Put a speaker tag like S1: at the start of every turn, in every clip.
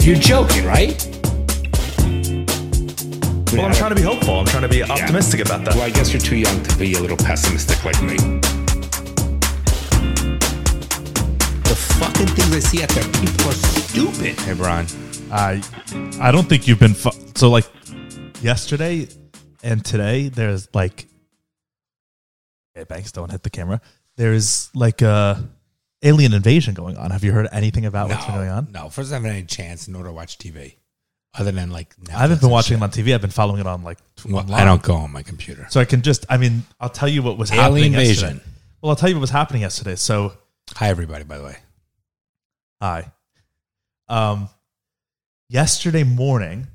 S1: You're joking, right?
S2: Well, I'm trying to be hopeful. I'm trying to be optimistic about that.
S1: Well, I guess you're too young to be a little pessimistic like me. The fucking things I see out there, people are stupid.
S3: Hey, Brian.
S2: I I don't think you've been fu- so like yesterday and today. There's like, hey, Banks, don't hit the camera. There is like a alien invasion going on. Have you heard anything about what's been going on?
S1: No, first I haven't had any chance in order to watch TV, other than like
S2: I haven't been watching it on TV. I've been following it on like tw-
S1: Well,
S2: online.
S1: I don't go on my computer.
S2: So I can just, I mean, I'll tell you what was
S1: Alien
S2: happening
S1: invasion.
S2: yesterday. Well, I'll tell you what was happening yesterday. So
S1: Hi, everybody. By the way,
S2: Hi. Um, yesterday morning,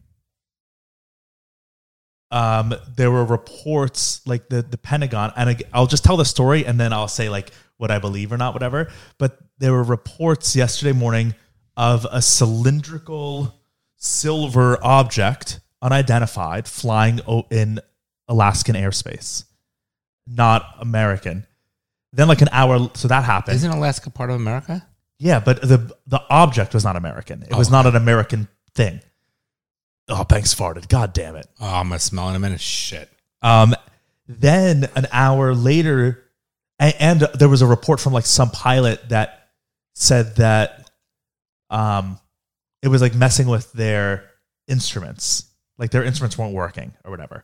S2: um, there were reports like the the Pentagon, and I, I'll just tell the story, and then I'll say like what I believe or not, whatever. But there were reports yesterday morning of a cylindrical silver object, unidentified, flying o- in Alaskan airspace, not American. Then, like an hour, so that happened.
S1: isn't Alaska part of America?
S2: Yeah, but the the object was not American. It was not an American thing. Oh, Banks farted. God damn it.
S1: Oh, I'm gonna smell in a minute. Shit.
S2: Um, then an hour later, and, and there was a report from like some pilot that said that um, it was like messing with their instruments, like their instruments weren't working or whatever.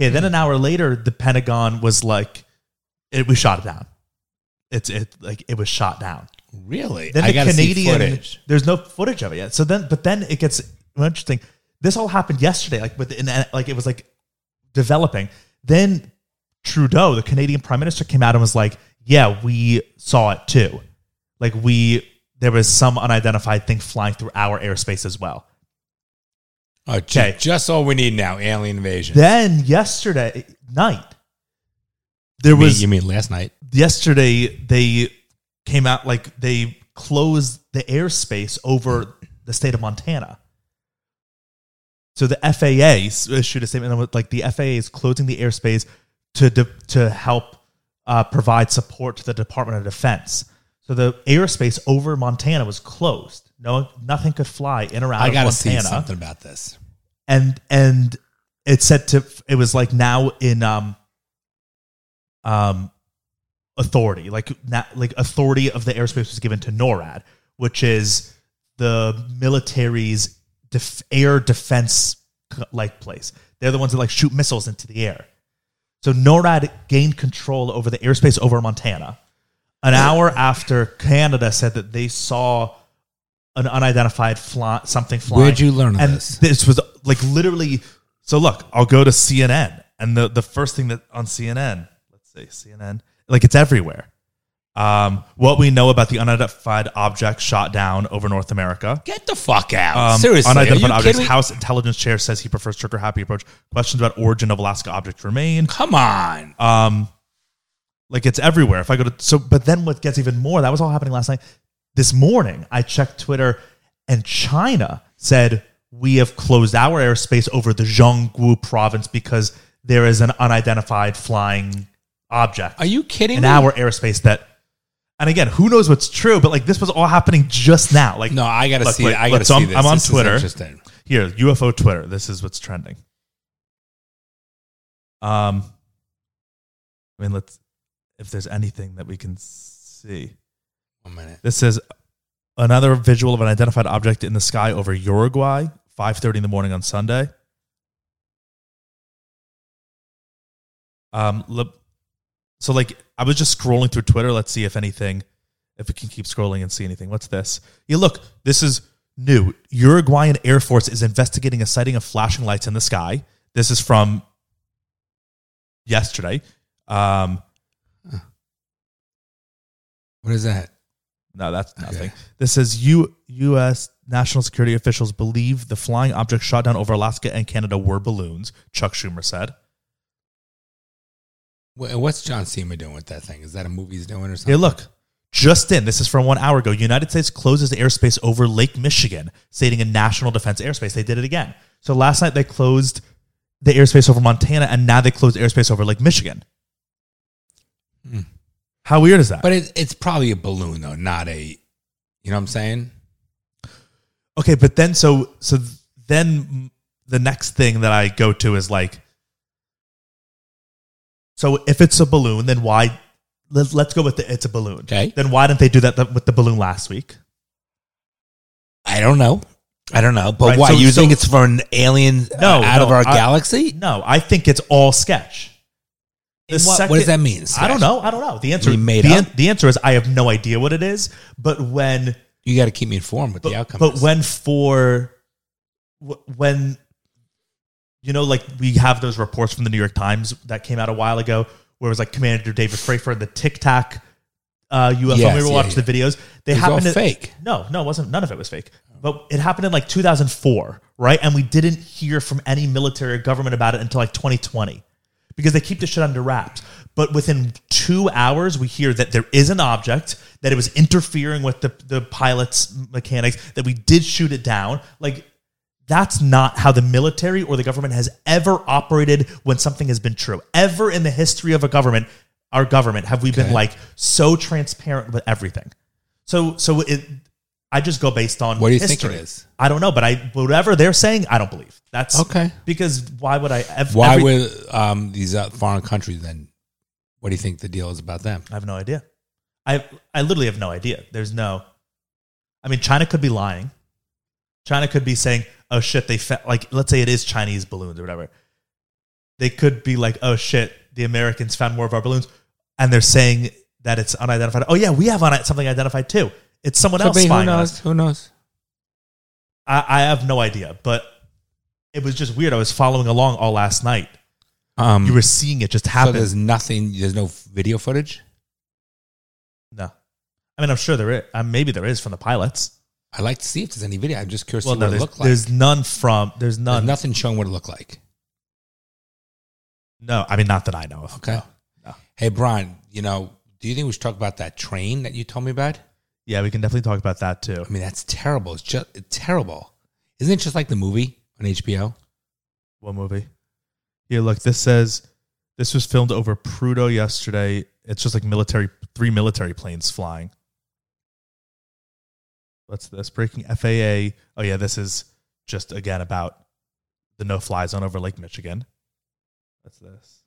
S2: Okay, then an hour later, the Pentagon was like, "It we shot it down. It's it like it was shot down."
S1: Really?
S2: Then
S1: I
S2: the
S1: gotta see
S2: Canadian,
S1: footage.
S2: there's no footage of it yet. So then, but then it gets interesting. This all happened yesterday, like with and like it was like developing. Then Trudeau, the Canadian Prime Minister, came out and was like, "Yeah, we saw it too. Like we there was some unidentified thing flying through our airspace as well."
S1: Oh, ju-
S2: Okay.
S1: Just all we need now: alien invasion.
S2: Then yesterday night, there
S1: You mean-
S2: was
S1: you mean last night?
S2: yesterday they came out like they closed the airspace over the state of Montana. So the FAA s- issued a statement with, like the FAA is closing the airspace to de- to help uh, provide support to the Department of Defense. So the airspace over Montana was closed. No, nothing could fly in or out
S1: I
S2: of
S1: gotta
S2: Montana
S1: see something about this.
S2: and and it said to it was like now in um um authority like not, like authority of the airspace was given to NORAD which is the military's def- air defense like place they're the ones that like shoot missiles into the air so NORAD gained control over the airspace over Montana an hour after Canada said that they saw an unidentified fly, something flying
S1: Where'd you learn of
S2: and
S1: this?
S2: this was like literally. So look, I'll go to CNN, and the the first thing that on CNN, let's say CNN, like it's everywhere. Um, what we know about the unidentified object shot down over North America.
S1: Get the fuck out!
S2: Um,
S1: Seriously, are you kidding
S2: unidentified objects.
S1: me?
S2: House intelligence chair says he prefers trigger happy approach. Questions about origin of Alaska object remain.
S1: Come on.
S2: Um, like it's everywhere. If I go to so, but then what gets even more? That was all happening last night. This morning, I checked Twitter, and China said we have closed our airspace over the Zhongguo province because there is an unidentified flying object
S1: Are you kidding
S2: in
S1: me?
S2: our airspace that. And again, who knows what's true? But like this was all happening just now. Like
S1: No, I gotta
S2: Look,
S1: see.
S2: wait,
S1: I gotta
S2: look,
S1: see
S2: so I'm-
S1: this.
S2: I'm on
S1: This is
S2: Twitter.
S1: interesting.
S2: Here, UFO Twitter. This is what's trending. Um, I mean, let's if there's anything that we can see.
S1: One minute.
S2: This is another visual of an identified object in the sky over Uruguay, five thirty in the morning on Sunday. Um, le- so like I was just scrolling through Twitter. Let's see if anything, if we can keep scrolling and see anything. What's this? Yeah, look, this is new. Uruguayan Air Force is investigating a sighting of flashing lights in the sky. This is from yesterday. Um,
S1: What is that?
S2: No, that's nothing.
S1: Okay.
S2: This says U- U.S. national security officials believe the flying objects shot down over Alaska and Canada were balloons. Chuck Schumer said.
S1: Wha- What's John Cena doing with that thing? Is that a movie he's doing or something?
S2: Hey, look, just in. This is from one hour ago. United States closes airspace over Lake Michigan, stating a national defense airspace. They did it again. So last night they closed the airspace over Montana, and now they closed airspace over Lake Michigan. How weird is that?
S1: But it, it's probably a balloon though, not a. You know what I'm saying?
S2: Okay, but then so so then the next thing that I go to is like so if it's a balloon, then why let's, let's go with the it's a balloon.
S3: Okay.
S2: Then why didn't they do that th- with the balloon last week?
S3: I don't know. I don't know. But
S2: Right,
S3: why?
S2: so-
S3: you
S2: so-
S3: think it's for an alien uh,
S2: No,
S3: out of
S2: no,
S3: our
S2: I-
S3: galaxy?
S2: No, I think it's all sketch. The
S3: What, what
S2: second-
S3: does that mean?
S2: I don't know. I don't know. The answer
S3: You made
S2: the,
S3: up?
S2: an- the answer is I have no idea what it is, but when
S3: You got to keep me informed with
S2: but,
S3: the outcome.
S2: but
S3: is.
S2: when for wh- when you know like we have those reports from the new york times that came out a while ago where it was like commander david frafer the tic tac uh ufo
S3: Yes,
S2: we were
S3: yeah,
S2: watching the videos they
S3: It was all
S2: happened to
S3: fake.
S2: no no it wasn't none of it was fake but it happened in like 2004 right and we didn't hear from any military or government about it until like 2020 because they keep the shit under wraps. But within two hours, we hear that there is an object that it was interfering with the the pilot's mechanics. That we did shoot it down. Like that's not how the military or the government has ever operated when something has been true. Ever in the history of a government, our government have we been like so transparent with everything. So so it. I just go based on
S3: What do you think it
S2: history.
S3: is?
S2: I don't know, but I whatever they're saying, I don't believe. That's
S3: Okay.
S2: Because why would I? ev-
S3: why
S2: every-
S3: were um, these uh, foreign countries then? What do you think the deal is about them?
S2: I have no idea. I I literally have no idea. There's no. I mean, China could be lying. China could be saying, "Oh shit, they fa-, like." Let's say it is Chinese balloons or whatever. They could be like, "Oh shit, the Americans found more of our balloons," and they're saying that it's unidentified. Oh yeah, we have on something identified too. It's someone
S3: Could
S2: else
S3: be, who
S2: spying on us.
S3: knows? Who knows?
S2: I, I have no idea, but it was just weird. I was following along all last night.
S3: Um,
S2: You were seeing it just
S3: so
S2: happen.
S3: there's nothing. There's no video footage.
S2: no, I mean, I'm sure there is. Uh, maybe there is from the pilots.
S3: I'd like to see if there's any video. I'm just curious
S2: Well,
S3: to
S2: no,
S3: what it
S2: there's,
S3: looked like.
S2: there's none from there's
S3: There's
S2: none.
S3: nothing showing what it looked like.
S2: no, I mean not that I know of.
S3: Okay.
S2: No. No.
S3: Hey, Brian. You know, do you think we should talk about that train that you told me about?
S2: Yeah, we can definitely talk about that too.
S3: I mean, that's terrible. It's just it's terrible. Isn't it just like the movie on HBO?
S2: What movie? Here, look. This says this was filmed over Prudhoe yesterday. It's just like military, three military planes flying. What's this? Breaking FAA. Oh yeah, this is just again about the no-fly zone over Lake Michigan. What's this?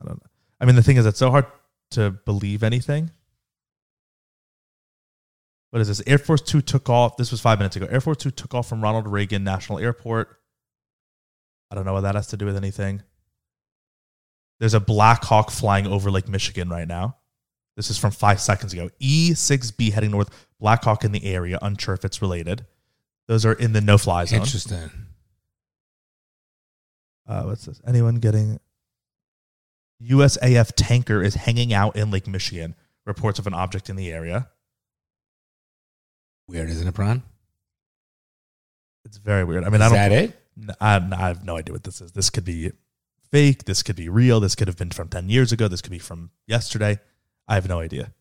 S2: I don't know. I mean, the thing is, it's so hard to believe anything. What is this? Air Force Two took off. This was five minutes ago. Air Force Two took off from Ronald Reagan National Airport. I don't know what that has to do with anything. There's a Black Hawk flying over Lake Michigan right now. This is from five seconds ago. E6B heading north, Black Hawk in the area, unsure if it's related. Those are in the no fly zone.
S3: Interesting.
S2: Uh, what's this? Anyone getting. USAF tanker is hanging out in Lake Michigan. Reports of an object in the area.
S3: Weird, isn't it, Brian?
S2: It's very weird. I mean, I
S3: Is
S2: don't.
S3: that it?
S2: N- I, I have no idea what this is. This could be fake. This could be real. This could have been from 10 years ago. This could be from yesterday. I have no idea.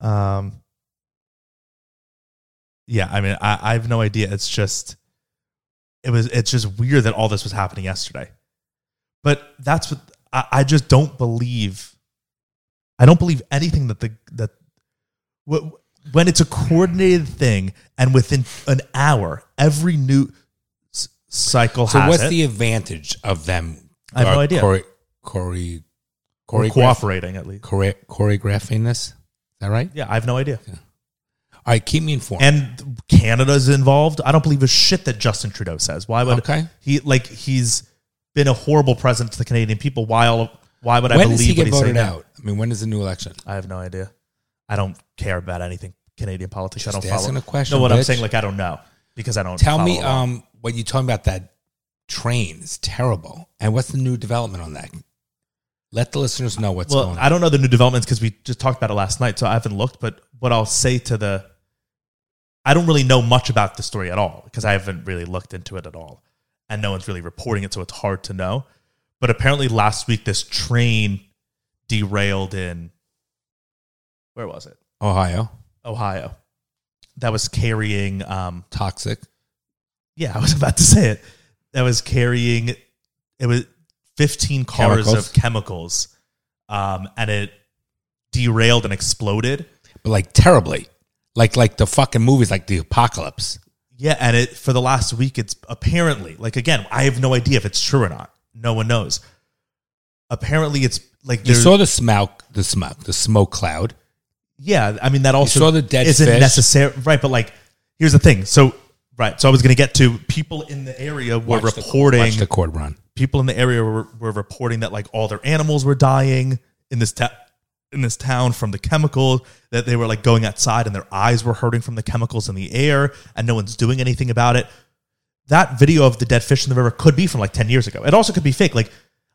S2: Um, yeah, I mean, I, I have no idea. It's just, it was, it's just weird that all this was happening yesterday. But that's what I, I just don't believe. I don't believe anything that the, that, wh- when it's a coordinated thing and within an hour, every new s- cycle
S3: So
S2: has
S3: what's
S2: it.
S3: the advantage of them?
S2: I have no
S3: uh,
S2: idea.
S3: Chore- chore-
S2: We're
S3: choreograph-
S2: cooperating at least.
S3: chore- choreographing this? Is that right?
S2: Yeah, I have no idea.
S3: All right, keep me informed.
S2: And Canada's involved. I don't believe a shit that Justin Trudeau says. Why would
S3: Okay.
S2: he like he's been a horrible president to the Canadian people? Why all of, why would I
S3: when
S2: believe
S3: does he
S2: what
S3: get
S2: he's
S3: voted
S2: saying? now?
S3: out? I mean, when is the new election?
S2: I have no idea. I don't care about anything Canadian politics. I
S3: Just
S2: don't follow.
S3: asking a question,
S2: No, what I'm
S3: bitch.
S2: saying, like I don't know because I don't
S3: Tell me
S2: follow along.
S3: um, what you're talking about. That train is terrible. And what's the new development on that? Let the listeners know what's
S2: well,
S3: going on.
S2: I don't know the new developments because we just talked about it last night, so I haven't looked. But what I'll say to the, I don't really know much about the story at all because I haven't really looked into it at all, and no one's really reporting it, so it's hard to know. But apparently, last week this train derailed in, where was it?
S3: Ohio,
S2: Ohio. That was carrying um,
S3: toxic.
S2: yeah, I was about to say it. That was carrying it was 15 cars
S3: Chemicals.
S2: of chemicals. Um, and it derailed and exploded.
S3: but like terribly. like like the fucking movies, like the apocalypse.
S2: Yeah, and it for the last week, it's apparently like again, I have no idea if it's true or not. No one knows. Apparently, it's like
S3: You
S2: there's
S3: saw the smoke, the smoke, the smoke cloud.
S2: yeah. I mean, that also
S3: saw the dead
S2: isn't
S3: fish.
S2: necessary, right? But like, here's the thing. So right, so I was gonna get to people in the area were
S3: Watch the-
S2: reporting
S3: watch the cord run.
S2: people in the area were, were reporting that like all their animals were dying in this ta- in this town from the chemicals that they were like going outside and their eyes were hurting from the chemicals in the air and no one's doing anything about it that video of the dead fish in the river could be from like 10 years ago it also could be fake like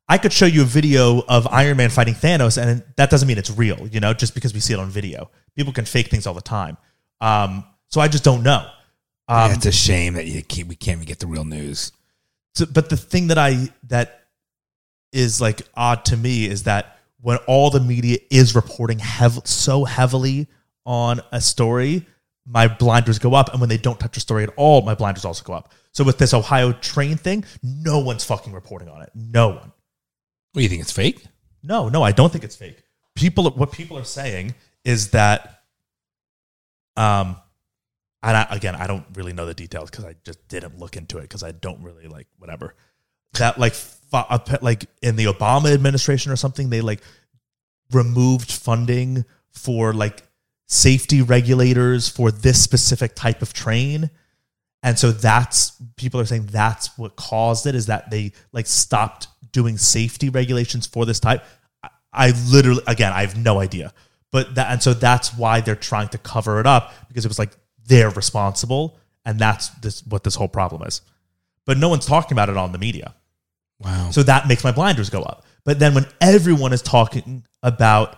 S2: i could show you a video of iron man fighting thanos and that doesn't mean it's real you know just because we see it on video people can fake things all the time um, so i just don't know
S3: yeah, it's a shame that you can't, we can't even get the real news.
S2: so, but the thing that I that is like odd to me is that when all the media is reporting heav- so heavily on a story, my blinders go up, and when they don't touch a story at all, my blinders also go up. So with this Ohio train thing, no one's fucking reporting on it. No one.
S3: What do you think? It's fake?
S2: No, no, I don't think it's fake. People, what people are saying is that, um, and I, again, I don't really know the details because I just didn't look into it because I don't really like whatever that like fu- up- like in the Obama administration or something they like removed funding for like safety regulators for this specific type of train and so that's people are saying that's what caused it is that they like stopped doing safety regulations for this type. I, I literally again I have no idea, but that and so that's why they're trying to cover it up because it was like they're responsible and that's this what this whole problem is. But no one's talking about it on the media,
S3: Wow.
S2: so that makes my blinders go up. But then when everyone is talking about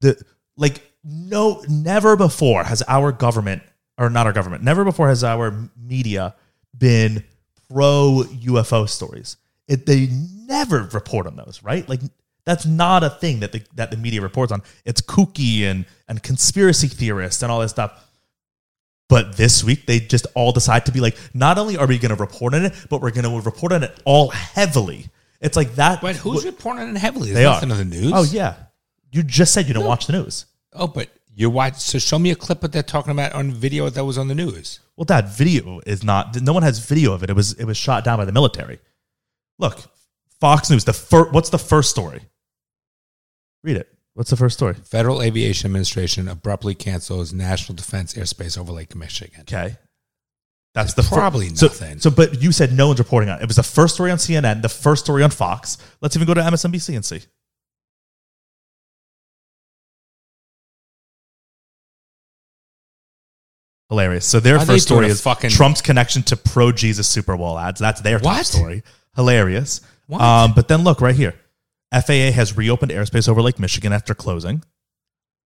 S2: the like no never before has our government or not our government never before has our media been pro UFO stories. It, they never report on those, right? Like that's not a thing that the that the media reports on. It's kooky and and conspiracy theorists and all this stuff. But this week they just all decide to be like, not only are we going to report on it, but we're going to report on it all heavily. It's like that.
S3: but who's reporting it heavily?
S2: They
S3: There's
S2: are.
S3: nothing on the news.
S2: Oh yeah, you just said you don't watch the news.
S3: Oh, but you watch. So show me a clip of that talking about on video that was on the news.
S2: Well, that video is not. No one has video of it. It was it was shot down by the military. Look, Fox News. The fir- What's the first story? Read it. What's the first story?
S3: Federal Aviation Administration abruptly cancels National Defense Airspace over Lake Michigan.
S2: Okay, that's the
S3: It's
S2: fir-
S3: probably
S2: so,
S3: nothing.
S2: So, but you said no one's reporting on it. It was the first story on CNN, the first story on Fox. Let's even go to MSNBC and see. Hilarious. So their
S3: Are they
S2: first story
S3: doing a
S2: is
S3: fucking-
S2: Trump's connection to pro Jesus Super Bowl ads. That's their top
S3: What?
S2: story. Hilarious.
S3: What?
S2: Um, but then look right here. FAA has reopened airspace over Lake Michigan after closing.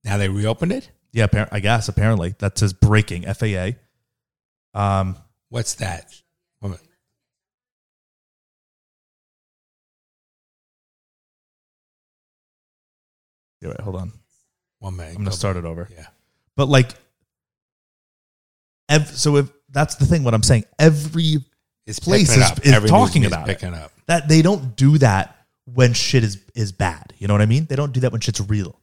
S3: Now they reopened it.
S2: Yeah, appar- I guess apparently that says breaking FAA. Um,
S3: What's that? Wait a minute.
S2: yeah, wait, hold on.
S3: One minute.
S2: I'm gonna start it over.
S3: Yeah.
S2: But like, ev- so if that's the thing, what I'm saying, every
S3: It's
S2: Place
S3: picking it
S2: is-
S3: up.
S2: is
S3: Every news
S2: talking
S3: media's
S2: about it.
S3: picking up.
S2: that they don't do that when shit is is bad. You know what I mean? They don't do that when shit's real.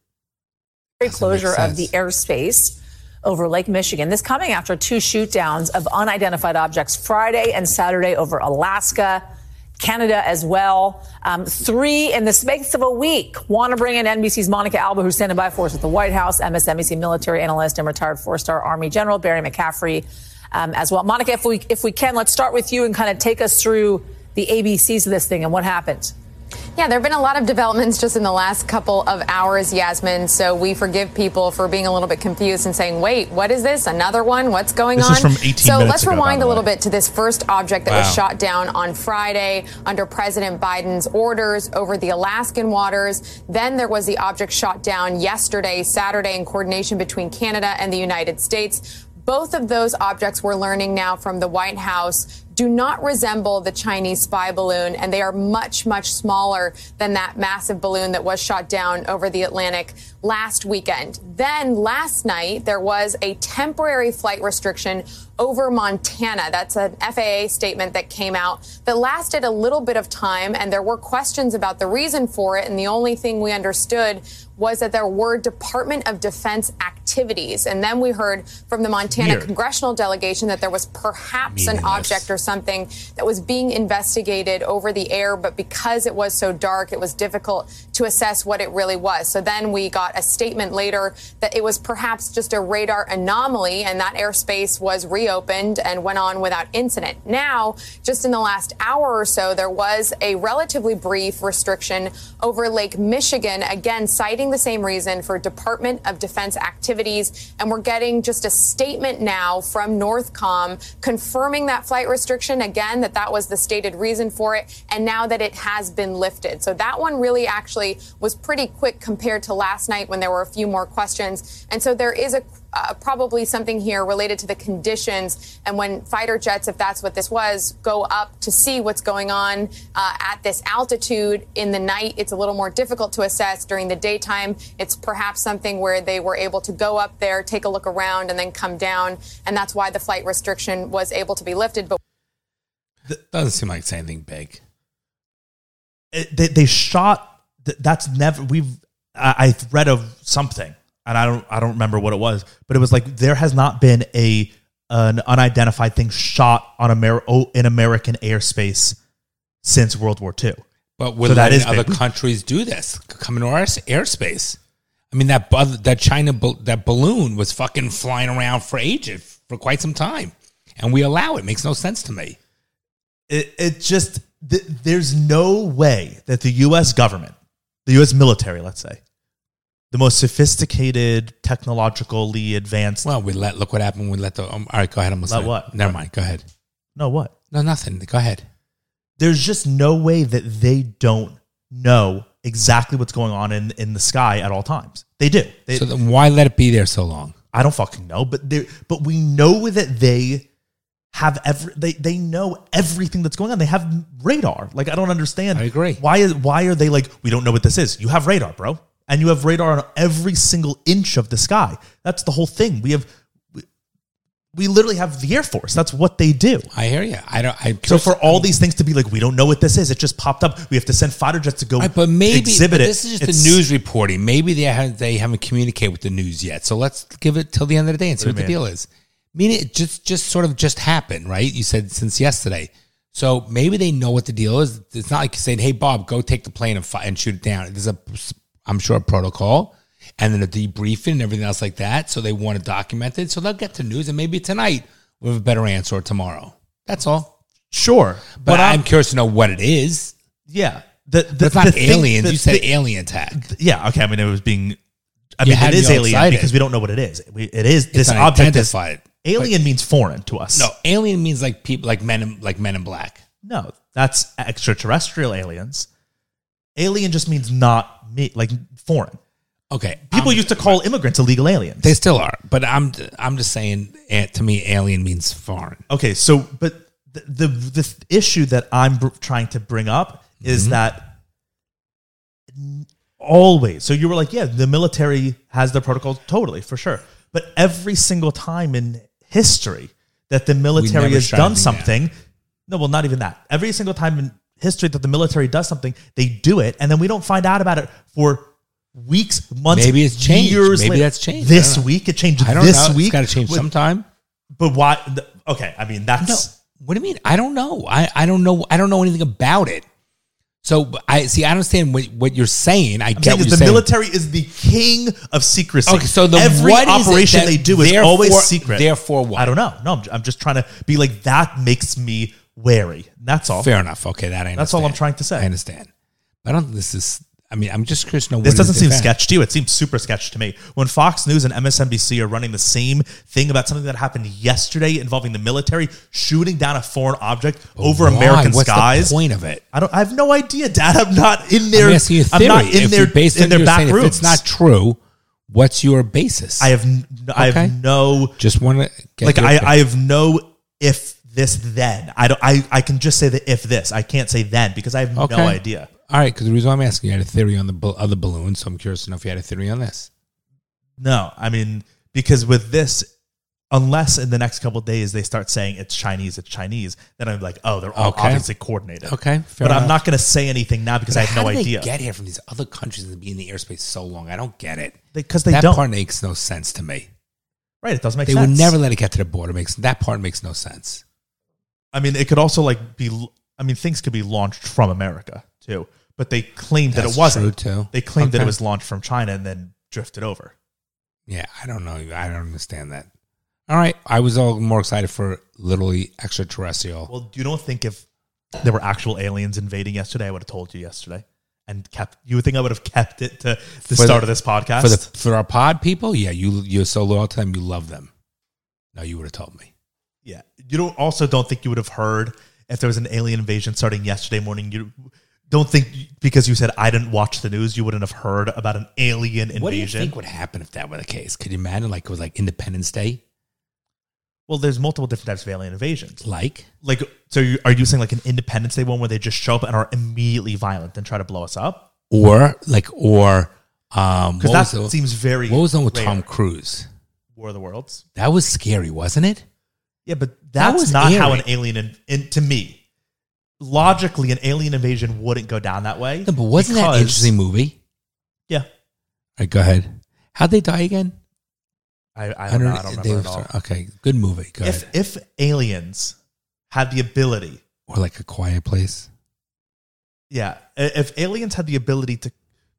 S4: temporary
S3: Doesn't make
S4: closure of the
S3: sense.
S4: airspace over Lake Michigan. This coming after two shootdowns of unidentified objects Friday and Saturday over Alaska, Canada as well. Um, three in the space of a week. Want to bring in NBC's Monica Alba, who's standing by for us at the White House, MSNBC military analyst and retired four-star Army General Barry McCaffrey um, as well. Monica, if we if we can, let's start with you and kind of take us through the ABCs of this thing and what happened.
S5: Yeah, there have been a lot of developments just in the last couple of hours, Yasmin. So we forgive people for being a little bit confused and saying, wait, what is this? Another one? What's going
S2: This
S5: on?
S2: is from 18
S5: so
S2: minutes
S5: let's
S2: ago, by
S5: rewind
S2: the
S5: a little
S2: way.
S5: bit to this first object that
S3: Wow.
S5: was shot down on Friday under President Biden's orders over the Alaskan waters. Then there was the object shot down yesterday, Saturday, in coordination between Canada and the United States. Both of those objects we're learning now from the White House do not resemble the Chinese spy balloon, and they are much, much smaller than that massive balloon that was shot down over the Atlantic last weekend. Then last night, there was a temporary flight restriction over Montana. That's an FAA statement that came out that lasted a little bit of time, and there were questions about the reason for it. And the only thing we understood was that there were Department of Defense activities. And then we heard from the Montana
S2: Weird.
S5: congressional delegation that there was perhaps an
S3: Meaningless.
S5: object or something that was being investigated over the air, but because it was so dark, it was difficult to assess what it really was. So then we got a statement later that it was perhaps just a radar anomaly, and that airspace was reopened and went on without incident. Now, just in the last hour or so, there was a relatively brief restriction over Lake Michigan, again, citing the same reason for Department of Defense activities. And we're getting just a statement now from Northcom confirming that flight restriction again, that that was the stated reason for it, and now that it has been lifted. So that one really actually was pretty quick compared to last night when there were a few more questions. And so there is a uh, probably something here related to the conditions and when fighter jets, if that's what this was, go up to see what's going on uh, at this altitude in the night, it's a little more difficult to assess. During the daytime, it's perhaps something where they were able to go up there, take a look around, and then come down. And that's why the flight restriction was able to be lifted. But
S3: Doesn't seem like it's anything big.
S2: it- they, they shot th- that's never we've I, I read of something and I don't I don't remember what it was but it was like there has not been a an unidentified thing shot on Amer- oh, in American airspace since World War II.
S3: But we're
S2: So that
S3: letting
S2: is
S3: other
S2: big.
S3: countries do this. Come into our s- airspace. I mean that bu- that China bal- that balloon was fucking flying around for ages for quite some time, and we allow it. Makes no sense to me.
S2: It it just th- there's no way that the U.S. government, the U.S. military, let's say, the most sophisticated, technologically advanced.
S3: Well, we let look what happened. We let the um, all right. Go ahead. I'm listening.
S2: what?
S3: Never mind. Go ahead.
S2: no, what?
S3: No, nothing. Go ahead.
S2: there's just no way that they don't know exactly what's going on in, in the sky at all times. They do. They,
S3: so then why let it be there so long?
S2: I don't fucking know, but they but we know that they have every they, they know everything that's going on. They have radar. Like I don't understand.
S3: I agree.
S2: Why is why are they like we don't know what this is? You have radar, bro, and you have radar on every single inch of the sky. That's the whole thing. We have we, we literally have the Air Force. That's what they do.
S3: I hear you. I don't. I
S2: So for all these things to be like, we don't know what this is. It just popped up. We have to send fighter jets to go
S3: All right, but maybe
S2: exhibit
S3: but
S2: it.
S3: this is just
S2: It's-
S3: the news reporting. Maybe they have, they haven't communicated with the news yet. So let's give it till the end of the day and see what, the deal is. Meaning it just just sort of just happened, right? You said since yesterday. So maybe they know what the deal is. It's not like you're saying, "Hey, Bob, go take the plane and, fi- and shoot it down." There's a, I'm sure, a protocol, and then a debriefing and everything else like that. So they want to document it. So they'll get to news, and maybe tonight we'll have a better answer or tomorrow. That's all.
S2: Sure, but,
S3: But,
S2: I'm,
S3: I'm curious to know what it is.
S2: yeah. The, the,
S3: But it's not
S2: the thing-
S3: aliens.
S2: the-
S3: you said
S2: the-
S3: alien attack.
S2: yeah. Okay, I mean it was being. I
S3: You
S2: mean
S3: had
S2: it
S3: me
S2: is
S3: all
S2: alien
S3: excited.
S2: because we don't know what it is. We, it is
S3: It's
S2: this object is
S3: unidentified.
S2: alien means foreign to us.
S3: No, alien means like people, like men, in, like men in black.
S2: no, that's extraterrestrial aliens. Alien just means not me, like foreign.
S3: Okay,
S2: People
S3: I'm-
S2: used to call immigrants illegal aliens.
S3: they still are, but I'm I'm just saying. eh, To me, alien means foreign.
S2: Okay, so but the the, the issue that I'm br- trying to bring up is
S3: Mm-hmm.
S2: that n- always. So you were like, yeah, the military has their protocols, totally for sure. But every single time in history that the military
S3: never
S2: has
S3: shut anything
S2: done
S3: down.
S2: something, no, well, not even that. Every single time in history that the military does something, they do it, and then we don't find out about it for weeks, months,
S3: Maybe it's changed.
S2: years
S3: Maybe
S2: later.
S3: that's changed. I
S2: This
S3: don't know.
S2: week it changed.
S3: I don't
S2: this
S3: know.
S2: week
S3: It's got to change
S2: But-
S3: sometime.
S2: But why? th- Okay, I mean that's.
S3: No, what do you mean? I don't know. I, I don't know. I don't know anything about it. So but I see. I understand what, what you're saying. I
S2: I'm
S3: get
S2: saying
S3: what
S2: is
S3: you're
S2: the
S3: saying.
S2: military is the king of secrecy.
S3: Okay, so the
S2: every
S3: what is it
S2: operation
S3: that
S2: they do is
S3: therefore-
S2: always secret.
S3: therefore what?
S2: I don't know. No, I'm, I'm just trying to be like that makes me wary. That's all.
S3: Fair enough. Okay, that I
S2: That's all I'm
S3: understand.
S2: trying to say.
S3: I understand. But I don't. think This is. I mean, I'm just curious. To know
S2: This
S3: what
S2: doesn't
S3: is
S2: seem
S3: event.
S2: sketch to you. It seems super sketch to me. When Fox News and MSNBC are running the same thing about something that happened yesterday involving the military shooting down a foreign object over
S3: Oh, Why?
S2: American
S3: What's
S2: skies.
S3: The point of it.
S2: I don't. I have no idea, Dad. I'm not in
S3: I'm
S2: their.
S3: asking you a
S2: I'm
S3: theory.
S2: not in
S3: If
S2: their
S3: you- based on
S2: in their
S3: your
S2: back
S3: saying,
S2: rooms.
S3: If it's not true, what's your basis?
S2: I have. n- I
S3: Okay.
S2: have no.
S3: just want to get
S2: like
S3: your
S2: I,
S3: opinion.
S2: I have no if this then I don't I, I can just say the if this I can't say then because I have
S3: Okay.
S2: no idea
S3: All right, because the reason why I'm asking, you had a theory on the bal- other balloon, so I'm curious to know if you had a theory on this.
S2: No, I mean because with this, unless in the next couple of days they start saying it's Chinese, it's Chinese, then I'm like, oh, they're all
S3: Okay.
S2: obviously coordinated.
S3: Okay,
S2: but
S3: fair
S2: I'm
S3: enough.
S2: not going to say anything now because I have
S3: How
S2: no
S3: do they
S2: idea
S3: get here from these other countries and be in the airspace so long? I don't get it.
S2: because they,
S3: that
S2: don't.
S3: part makes no sense to me.
S2: right, it doesn't make
S3: They
S2: sense.
S3: would never let it get to the border. Makes that part makes no sense.
S2: I mean, it could also like be. l- I mean, things could be launched from America too, but they claimed that
S3: That's
S2: it wasn't.
S3: true, too.
S2: They claimed that
S3: Okay.
S2: it was launched from China and then drifted over.
S3: Yeah, I don't know. I don't understand that. All right, I was all more excited for literally extraterrestrial.
S2: Well, you don't think if there were actual aliens invading yesterday, I would have told you yesterday and kept. You would think I would have kept it to
S3: For
S2: the start
S3: the-
S2: of this podcast.
S3: for the for our pod people, yeah, you you're so loyal to them, you love them. No, you would have told me.
S2: yeah, you don't also don't think you would have heard if there was an alien invasion starting yesterday morning. You don't think because you said I didn't watch the news, you wouldn't have heard about an alien invasion.
S3: What do you think would happen if that were the case? Could you imagine like it was like Independence Day?
S2: well, there's multiple different types of alien invasions.
S3: Like
S2: like so you, are you saying like an independence day one where they just show up and are immediately violent and try to blow us up
S3: or like or um
S2: because
S3: what
S2: that
S3: was the-
S2: seems very
S3: what was the one with
S2: rare.
S3: Tom Cruise?
S2: war of the worlds
S3: That was scary, wasn't it?
S2: yeah but
S3: That
S2: that's
S3: was
S2: not how
S3: eerie.
S2: an alien in, in, to me logically an alien invasion wouldn't go down that way
S3: No, but wasn't that
S2: because-
S3: an interesting movie?
S2: yeah
S3: All right, go ahead. How'd they die again?
S2: i, I don't know i don't
S3: they
S2: remember at
S3: were-
S2: all
S3: Okay, good movie. Go
S2: if
S3: ahead.
S2: if aliens had the ability
S3: Or like a quiet place.
S2: yeah i- if aliens had the ability to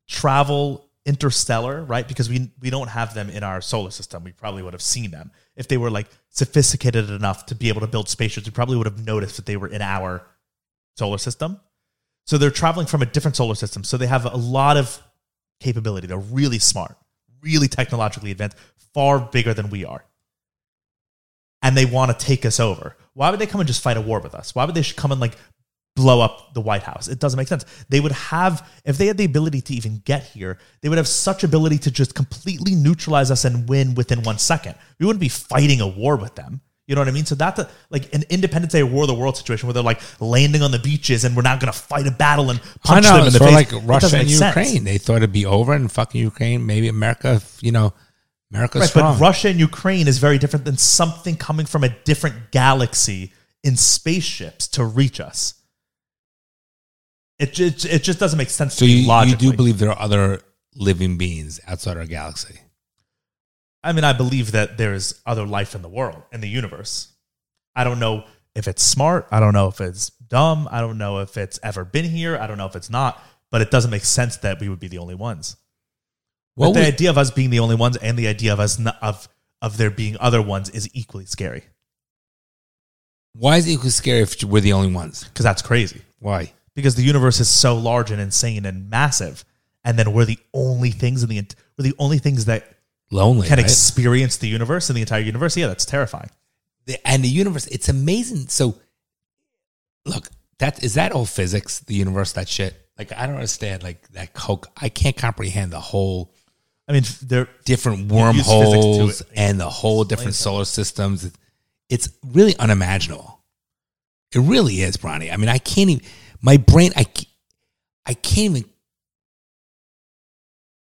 S2: travel interstellar right because we we don't have them in our solar system we probably would have seen them if they were like sophisticated enough to be able to build spaceships we probably would have noticed that they were in our solar system so they're traveling from a different solar system so they have a lot of capability they're really smart really technologically advanced far bigger than we are and they want to take us over why would they come and just fight a war with us why would they come and like blow up the White House. It doesn't make sense. They would have, if they had the ability to even get here, they would have such ability to just completely neutralize us and win within one second. We wouldn't be fighting a war with them. You know what I mean? So that's a, like an Independence Day War of the World situation where they're like landing on the beaches and we're not going to fight a battle and punch
S3: I know,
S2: them in
S3: it's
S2: the
S3: sort
S2: face.
S3: of
S2: It
S3: like Russia
S2: doesn't
S3: and
S2: make sense.
S3: Ukraine. They thought it'd be over and fucking Ukraine. Maybe America, you know, America's
S2: Right,
S3: strong.
S2: but Russia and Ukraine is very different than something coming from a different galaxy in spaceships to reach us. It just, it just doesn't make sense
S3: so
S2: to
S3: you,
S2: me
S3: you
S2: logically.
S3: do believe there are other living beings outside our galaxy?
S2: I mean, I believe that there's other life in the world, in the universe. I don't know if it's smart. I don't know if it's dumb. I don't know if it's ever been here. I don't know if it's not, but it doesn't make sense that we would be the only ones.
S3: What
S2: but the
S3: would-
S2: idea of us being the only ones and the idea of us n of of there being other ones is equally scary
S3: why is it equally scary if we're the only ones?
S2: because that's crazy.
S3: Why?
S2: Because the universe is so large and insane and massive, and then we're the only things in the ent- we're the only things that
S3: Lonely.
S2: can
S3: right?
S2: experience the universe and the entire universe. Yeah, that's terrifying.
S3: The- and the universe, it's amazing. So, look, that is that all physics, the universe, that shit? Like, I don't understand, like, that coke. I can't comprehend the whole
S2: I mean, f- there
S3: different
S2: You use physics to
S3: wormholes
S2: it-
S3: and the whole different solar systems. It's really unimaginable. It really is, Bronny. I mean, I can't even. My brain, I, ca- I can't even.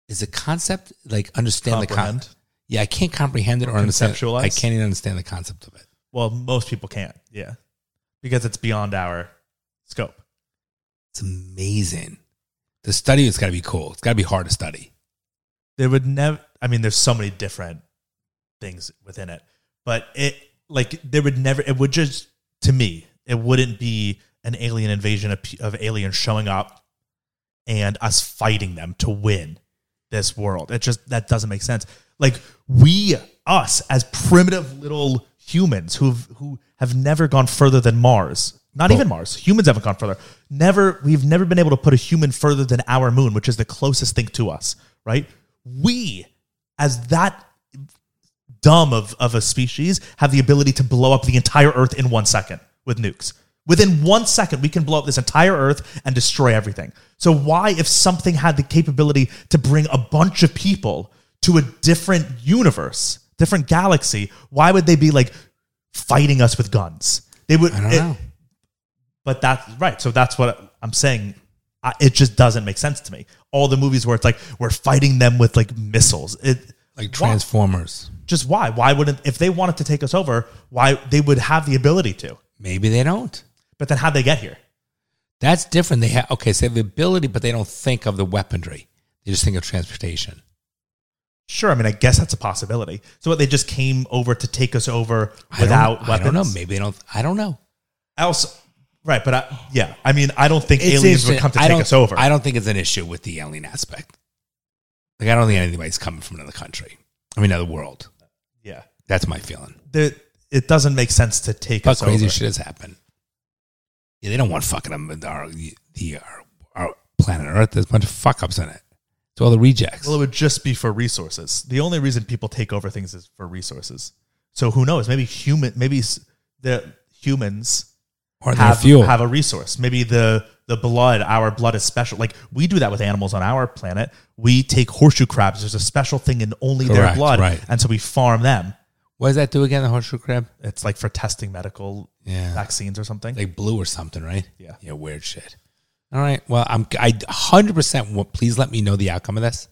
S3: Is the concept like understand the
S2: Comprehend?
S3: con- Yeah, I can't comprehend it or understand. I
S2: Conceptualize?
S3: can't even understand the concept of it.
S2: Well, most people can't. Yeah. Because it's beyond our scope.
S3: It's amazing. The study has got to be cool. It's got to be hard to study.
S2: There would never, I mean, there's so many different things within it, but it, like, there would never, it would just, to me, it wouldn't be an alien invasion of, pe- of aliens showing up and us fighting them to win this world. It just, that doesn't make sense. Like, we, us as primitive little humans who've, who have never gone further than Mars, not even Mars, humans haven't gone further. Never, we've never been able to put a human further than our moon, which is the closest thing to us, right? We, as that dumb of, of a species, have the ability to blow up the entire Earth in one second with nukes. Within one second, we can blow up this entire Earth and destroy everything. So, why, if something had the capability to bring a bunch of people to a different universe, different galaxy, why would they be like fighting us with guns? They would.
S3: I don't
S2: it-
S3: know.
S2: But that's right. So, that's what I'm saying. I, it just doesn't make sense to me. All the movies where it's like we're fighting them with like missiles, it
S3: like
S2: why?
S3: Transformers.
S2: Just why? Why wouldn't if they wanted to take us over? Why they would have the ability to?
S3: Maybe they don't.
S2: But then how'd they get here?
S3: That's different. They have okay, so they have the ability, but they don't think of the weaponry. They just think of transportation.
S2: Sure, I mean, I guess that's a possibility. So what they just came over to take us over
S3: I don't-
S2: without
S3: I
S2: weapons?
S3: don't know. Maybe they don't. I don't know.
S2: else right but I, yeah i mean i don't think
S3: It's
S2: aliens would
S3: interesting.
S2: come to
S3: I
S2: take
S3: don't-
S2: us over
S3: I don't think it's an issue with the alien aspect. Like I don't think anybody's coming from another country. I mean, another world.
S2: yeah
S3: That's my feeling.
S2: The- it doesn't make sense to take
S3: But
S2: us
S3: crazy
S2: over
S3: shit has happened. Yeah, they don't want fucking um, our the our, our planet Earth. There's a bunch of fuck ups in it. It's all the rejects.
S2: well it would just be for resources the only reason people take over things is for resources so who knows maybe human maybe s- the humans
S3: or their
S2: have,
S3: fuel.
S2: have a resource maybe the the blood our blood is special like we do that with animals on our planet we take horseshoe crabs there's a special thing in only their
S3: Correct,
S2: blood
S3: right.
S2: and so we farm them
S3: what does that do again? The horseshoe crab,
S2: it's like for testing medical
S3: Yeah.
S2: vaccines or something
S3: like blue or something, right?
S2: Yeah.
S3: yeah, weird shit. All right, well, I'm I hundred percent. Please let me know the outcome of this,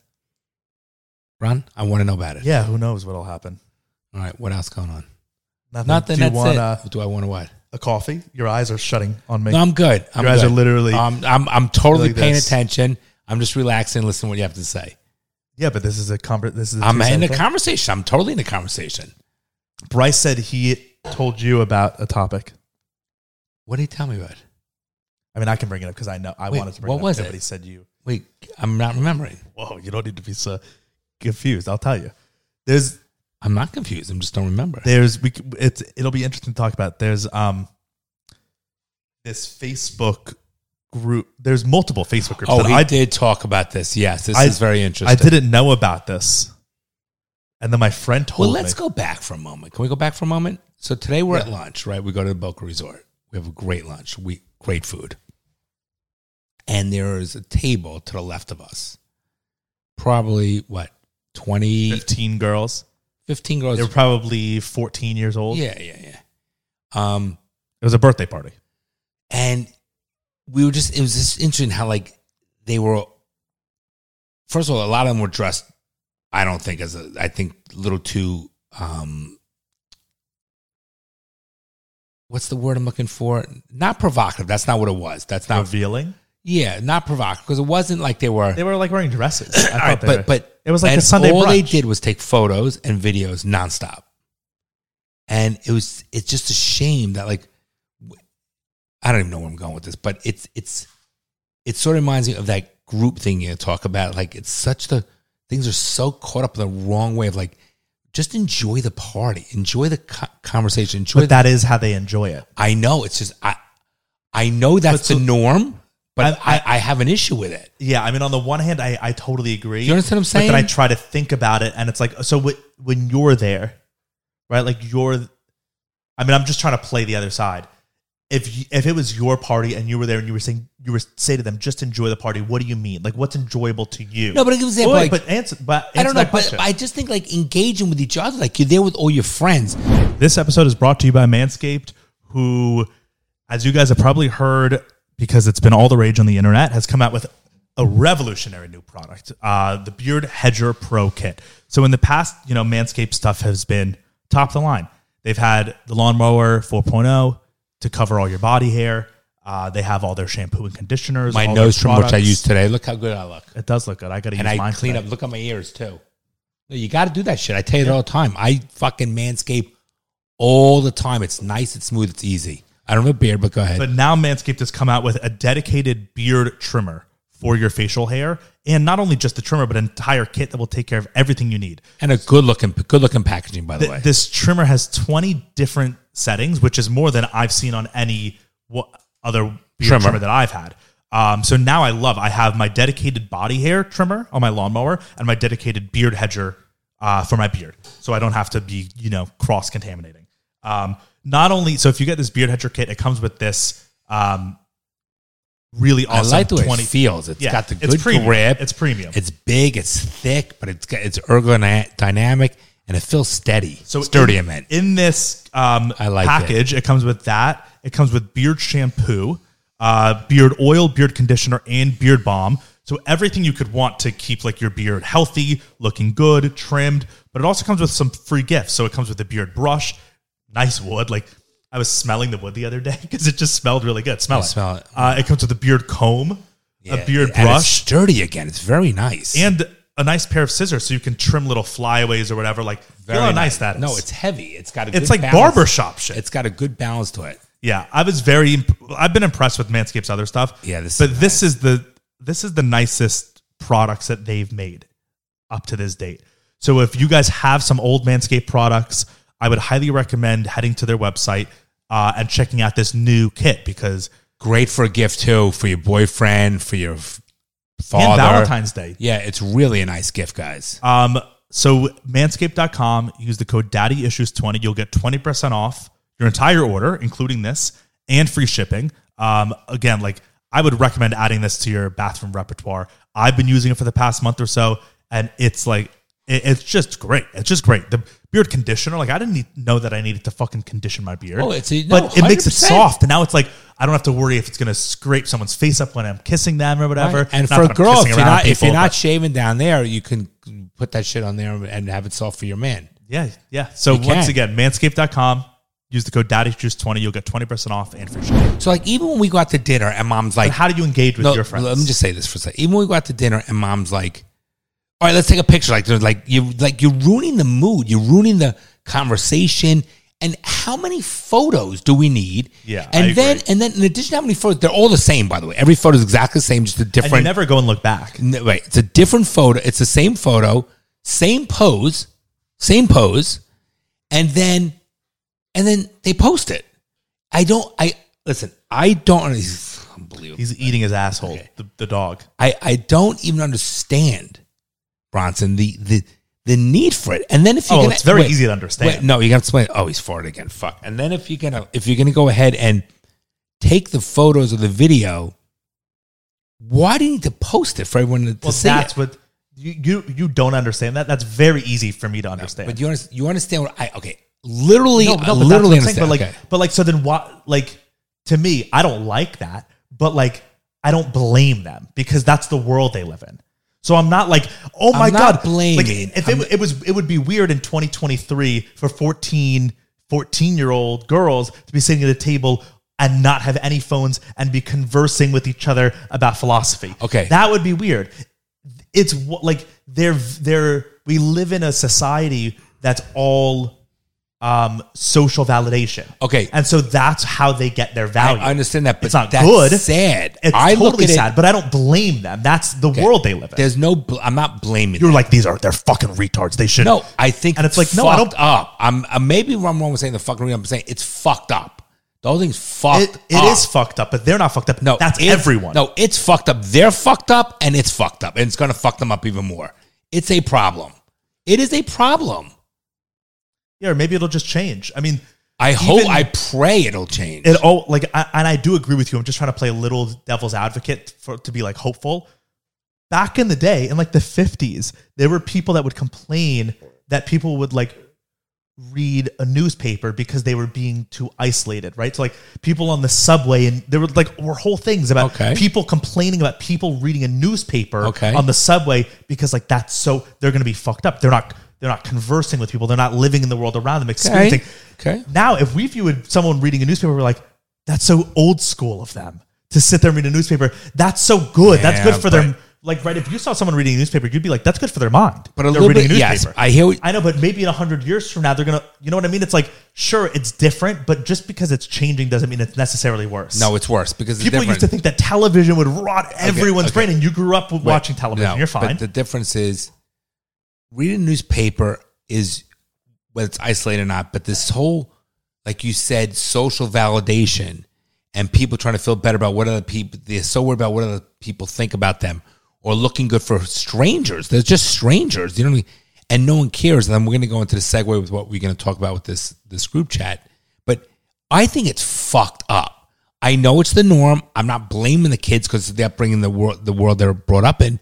S3: Ron. I want to know about it.
S2: yeah who knows what'll happen
S3: All right, what else going on?
S2: Nothing.
S3: Nothing.
S2: Do you
S3: that's
S2: want
S3: it.
S2: A,
S3: do I want to what?
S2: a coffee? Your eyes are shutting on me.
S3: No, I'm good. I'm
S2: Your eyes
S3: good.
S2: are literally
S3: Um, I'm I'm totally
S2: like
S3: paying
S2: this.
S3: attention. I'm just relaxing, listening to what you have to say.
S2: yeah, but this is a conver- this is. a
S3: I'm in
S2: two-sided
S3: the
S2: thing.
S3: conversation. I'm totally in the conversation.
S2: Bryce said he told you about a topic.
S3: What did he tell me about?
S2: I mean, I can bring it up because I know I
S3: Wait,
S2: wanted to bring
S3: what
S2: it up.
S3: was
S2: too,
S3: it?
S2: But he said you.
S3: Wait, I'm not remembering.
S2: Whoa, you don't need to be so confused. I'll tell you. There's
S3: I'm not confused. I'm just don't remember.
S2: there's we c- it's it'll be interesting to talk about. There's um this Facebook group. There's multiple Facebook groups.
S3: oh,
S2: that
S3: he
S2: I
S3: did talk about this. Yes, this
S2: I-
S3: is very
S2: I
S3: interesting.
S2: didn't know about this, and then my friend told
S3: Well, let's
S2: me.
S3: go back for a moment. Can we go back for a moment? So today we're at lunch, right? We go to the Boca Resort. We have a great lunch. We great food. And there is a table to the left of us. Probably what? 20, 15,
S2: Fifteen girls.
S3: girls.
S2: They were probably 14 years old.
S3: Yeah, yeah, yeah. Um,
S2: It was a birthday party.
S3: and we were just it was just interesting how like they were first of all a lot of them were dressed i don't think as a i think a little too um what's the word i'm looking for not provocative that's not what it was that's not
S2: Revealing.
S3: yeah not provocative because it wasn't like they were
S2: They were like wearing dresses. I
S3: all right,
S2: thought they were-
S3: but but
S2: it was like a
S3: and
S2: Sunday
S3: All they
S2: brunch.
S3: did was take photos and videos nonstop, and it was it's just a shame that like w- I don't even know where I'm going with this, but it's it's it sort of reminds me of that group thing you talk about. Like it's such the things are so caught up in the wrong way of like just enjoy the party, enjoy the co- conversation, enjoy.
S2: But that is how they enjoy it.
S3: the, I know it's just I I know that's
S2: so-
S3: the norm, but I, I, have an issue with it.
S2: Yeah, I mean, on the one hand, I, I totally agree.
S3: You understand what I'm
S2: But then I
S3: saying?
S2: try to think about it, and it's like, so wh- when you're there, right? Like you're, I mean, I'm just trying to play the other side. If you, if it was your party and you were there and you were saying you were say to them, just enjoy the party. What do you mean? Like, what's enjoyable to you?
S3: No, but give us an
S2: Wait,
S3: example, like-
S2: but answer. But answer
S3: I don't know,
S2: that
S3: but
S2: question.
S3: I just think like engaging with each other, like you're there with all your friends.
S2: This episode is brought to you by Manscaped, who, as you guys have probably heard, because it's been all the rage on the internet, has come out with a revolutionary new product, uh, the Beard Hedger Pro Kit. So in the past, you know, Manscaped stuff has been top of the line. They've had the lawnmower 4.0 to cover all your body hair. Uh, they have all their shampoo and conditioners.
S3: My
S2: all their
S3: nose trim, which I
S2: products.
S3: use today. Look how good I look,
S2: It does look good. I got to use
S3: and I
S2: mine
S3: clean
S2: today.
S3: up. Look at my ears too. No, you got to do that shit. I tell you it all the time. I fucking manscape all the time. It's nice. It's smooth. It's easy. I don't have a beard, but go ahead.
S2: But now Manscaped has come out with a dedicated beard trimmer for your facial hair, and not only just the trimmer, but an entire kit that will take care of everything you need.
S3: and a good looking, good looking packaging, by the
S2: Th-
S3: way.
S2: this trimmer has twenty different settings, which is more than I've seen on any wha- other beard trimmer.
S3: Trimmer.
S2: that I've had. Um, so now I love. I have my dedicated body hair trimmer on my lawnmower and my dedicated beard hedger uh, for my beard, so I don't have to be you know cross contaminating. Um, not only so, if you get this beard hedger kit, it comes with this um, really
S3: I
S2: awesome
S3: like the way
S2: 20
S3: it feels. It's
S2: Yeah,
S3: got the
S2: it's
S3: good
S2: premium.
S3: grip.
S2: It's premium.
S3: It's big. It's thick, but it's got, it's ergodynamic and it feels steady. So sturdy, I
S2: in,
S3: meant.
S2: in this um,
S3: I like
S2: package, it. comes with that. It comes with beard shampoo, uh, beard oil, beard conditioner, and beard balm. So everything you could want to keep like your beard healthy, looking good, trimmed. But it also comes with some free gifts. So it comes with a beard brush, nice wood. Like I was smelling the wood the other day because it just smelled really good. Smell
S3: I
S2: it.
S3: smell it.
S2: Uh, it comes with a beard comb,
S3: Yeah,
S2: a beard
S3: and it's
S2: brush,
S3: sturdy again. It's very nice.
S2: and a nice pair of scissors so you can trim little flyaways or whatever. Like
S3: very
S2: feel how nice, that is.
S3: No, it's heavy. It's got a.
S2: It's
S3: good
S2: like
S3: balance.
S2: barbershop shit.
S3: It's got a good balance to it.
S2: Yeah, I was very. Imp- I've been impressed with Manscaped's other stuff.
S3: Yeah, this is
S2: but this is the this is the nicest products that they've made up to this date. So if you guys have some old Manscaped products, I would highly recommend heading to their website uh, and checking out this new kit because
S3: Great for a gift too, for your boyfriend, for your f-
S2: and
S3: father.
S2: Valentine's Day.
S3: Yeah, it's really a nice gift, guys.
S2: Um, so manscaped.com, use the code daddyissues20. You'll get 20% off your entire order, including this and free shipping. Um, again, like I would recommend adding this to your bathroom repertoire. I've been using it for the past month or so, and it's like, it- it's just great. It's just great. The beard conditioner, like I didn't need, know that I needed to fucking condition my beard.
S3: Oh, it's a- no,
S2: but it makes it
S3: 100%.
S2: soft, and now it's like I don't have to worry if it's gonna scrape someone's face up when I'm kissing them or whatever.
S3: And
S2: Not
S3: for a
S2: that I'm
S3: girl, if
S2: kissing
S3: you're
S2: around
S3: not if
S2: people,
S3: you're not
S2: but-
S3: shaving down there, you can put that shit on there and have it soft for your man.
S2: Yeah, yeah. So
S3: You
S2: once
S3: can.
S2: again, manscaped.com. Use the code DaddyJuice20. You'll get 20% off and free shipping.
S3: So like even when we go out to dinner and mom's like,
S2: And how do you engage with your friends?
S3: Let me just say this for a second. Even when we go out to dinner and mom's like, all right, let's take a picture. Like, they're like you like you're ruining the mood. You're ruining the conversation. And how many photos do we need?
S2: Yeah, I
S3: And then
S2: agree.
S3: and then in addition to how many photos, they're all the same, by the way. Every photo is exactly the same, just a
S2: and you
S3: different
S2: never go and look back.
S3: No, wait, it's a different photo. It's the same photo, same pose, same pose, and then and then they post it. I don't I listen, I don't it's unbelievable.
S2: He's eating his asshole,
S3: Okay.
S2: the, the dog. Oh,
S3: I, I don't even understand Bronson the the the need for it. And then if you're
S2: Oh,
S3: gonna,
S2: it's very easy to understand.
S3: Wait, no, you got to explain. Oh, he's farted again. Fuck. And then if you're gonna if you're gonna go ahead and take the photos of the video, why do you need to post it for everyone to, to
S2: Well,
S3: see?
S2: that's
S3: it?
S2: what you, you you don't understand that. That's very easy for me to understand.
S3: But you understand, you understand what I okay. Literally,
S2: No, no, but that's what
S3: literally
S2: I'm saying,
S3: understand.
S2: But like,
S3: okay.
S2: but like, so then what? Like, to me, I don't like that. But like, I don't blame them because that's the world they live in. So I'm not like, oh my
S3: I'm not
S2: god, Like,
S3: blaming.
S2: if it, it was, it would be weird in 2023 for 14, 14 year old girls to be sitting at a table and not have any phones and be conversing with each other about philosophy.
S3: Okay.
S2: that would be weird it's wh- like they're they're we live in a society that's all um social validation
S3: Okay.
S2: and so that's how they get their
S3: I
S2: value
S3: understand that, but
S2: it's not
S3: that's
S2: good
S3: Sad.
S2: it's
S3: I look
S2: totally
S3: at it-
S2: sad but i don't blame them that's the
S3: okay,
S2: world they live in
S3: There's no. bl- I'm not blaming.
S2: you're like these are they're fucking retards they should
S3: No, I think
S2: And it's like, no, I
S3: fucked
S2: don't-
S3: Up. I'm uh, maybe I'm wrong with saying the fucking. reason I'm saying it's fucked up. The whole thing's
S2: it,
S3: fucked.
S2: it
S3: up.
S2: is fucked up but they're not fucked up
S3: uh, No,
S2: that's
S3: it-
S2: everyone
S3: No, it's fucked up. They're fucked up, and it's fucked up, and it's gonna fuck them up even more. It's a problem. It is a problem.
S2: yeah or maybe it'll just change i mean
S3: I hope.
S2: Even-
S3: I pray it'll change.
S2: it all like I, and I do agree with you. I'm just trying to play a little devil's advocate for to be like hopeful. Back in the day, in like the 50s, there were people that would complain that people would like read a newspaper because they were being too isolated, right? So like people on the subway and there were like were whole things about
S3: Okay.
S2: people complaining about people reading a newspaper
S3: Okay.
S2: on the subway because like that's so they're going to be fucked up. They're not they're not conversing with people. They're not living in the world around them, experiencing.
S3: Okay.
S2: Now, if we viewed someone reading a newspaper, we're like, that's so old school of them to sit there and read a newspaper. That's so good. that's
S3: Yeah,
S2: good for their like right. If you saw someone reading a newspaper, you'd be like, that's good for their mind.
S3: But a little bit- yes, I hear what-
S2: I know, but maybe in hundred years from now, they're gonna. You know what I mean? It's like sure, it's different, but just because it's changing doesn't mean it's necessarily worse.
S3: No, it's worse because the
S2: People used
S3: difference-
S2: to think that television would rot everyone's
S3: okay.
S2: brain, and you grew up with
S3: Right.
S2: watching television.
S3: No,
S2: You're fine.
S3: But the difference is reading a newspaper is whether it's isolated or not, but this whole, like you said, social validation and people trying to feel better about what other people, they're so worried about what other people think about them or looking good for strangers. They're just strangers. You know what I mean? And no one cares. And then we're going to go into the segue with what we're going to talk about with this, this group chat. But I think it's fucked up. I know it's the norm. I'm not blaming the kids because they're upbringing the world, the world they're brought up in,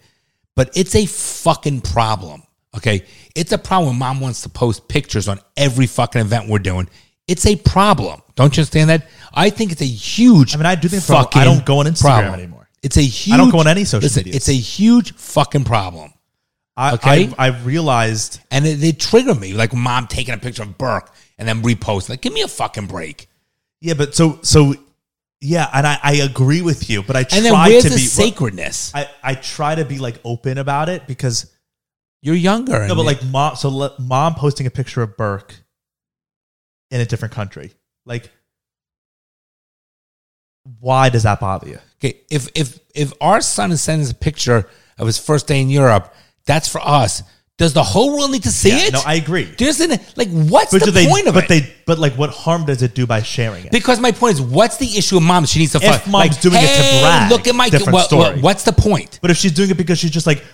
S3: but it's a fucking problem. Okay, it's a problem. when Mom wants to post pictures on every fucking event we're doing, It's a problem. Don't you understand that? I think it's a huge.
S2: I mean, I do think it's a problem. I
S3: fucking
S2: don't go on Instagram
S3: problem.
S2: anymore.
S3: It's a huge.
S2: I don't go on any social
S3: listen,
S2: media.
S3: It's a huge fucking problem,
S2: I,
S3: Okay.
S2: I, I realized
S3: and it, they trigger me. Like mom taking a picture of Burke and then reposting. Like, give me a fucking break.
S2: Yeah, but so so yeah, and I, I agree with you, but I try
S3: And then where's
S2: to
S3: the
S2: be
S3: sacredness?
S2: I, I try to be like open about it because
S3: You're younger.
S2: no, but like mom so le- mom posting a picture of Burke in a different country. Like why does that bother you?
S3: Okay, if if if our son is sending us a picture of his first day in Europe, that's for us. Does the whole world need to see
S2: Yeah,
S3: it?
S2: no, I agree.
S3: There's an, like, what's
S2: But
S3: the
S2: do they
S3: point of
S2: but
S3: it?
S2: they but like what harm does it do by sharing it?
S3: because my point is, what's the issue of mom? She needs to.
S2: If
S3: fuck-
S2: mom's doing it to
S3: "Hey,
S2: brag,
S3: look at my.
S2: different
S3: what- what-
S2: story."
S3: what's the point?
S2: but if she's doing it because she's just like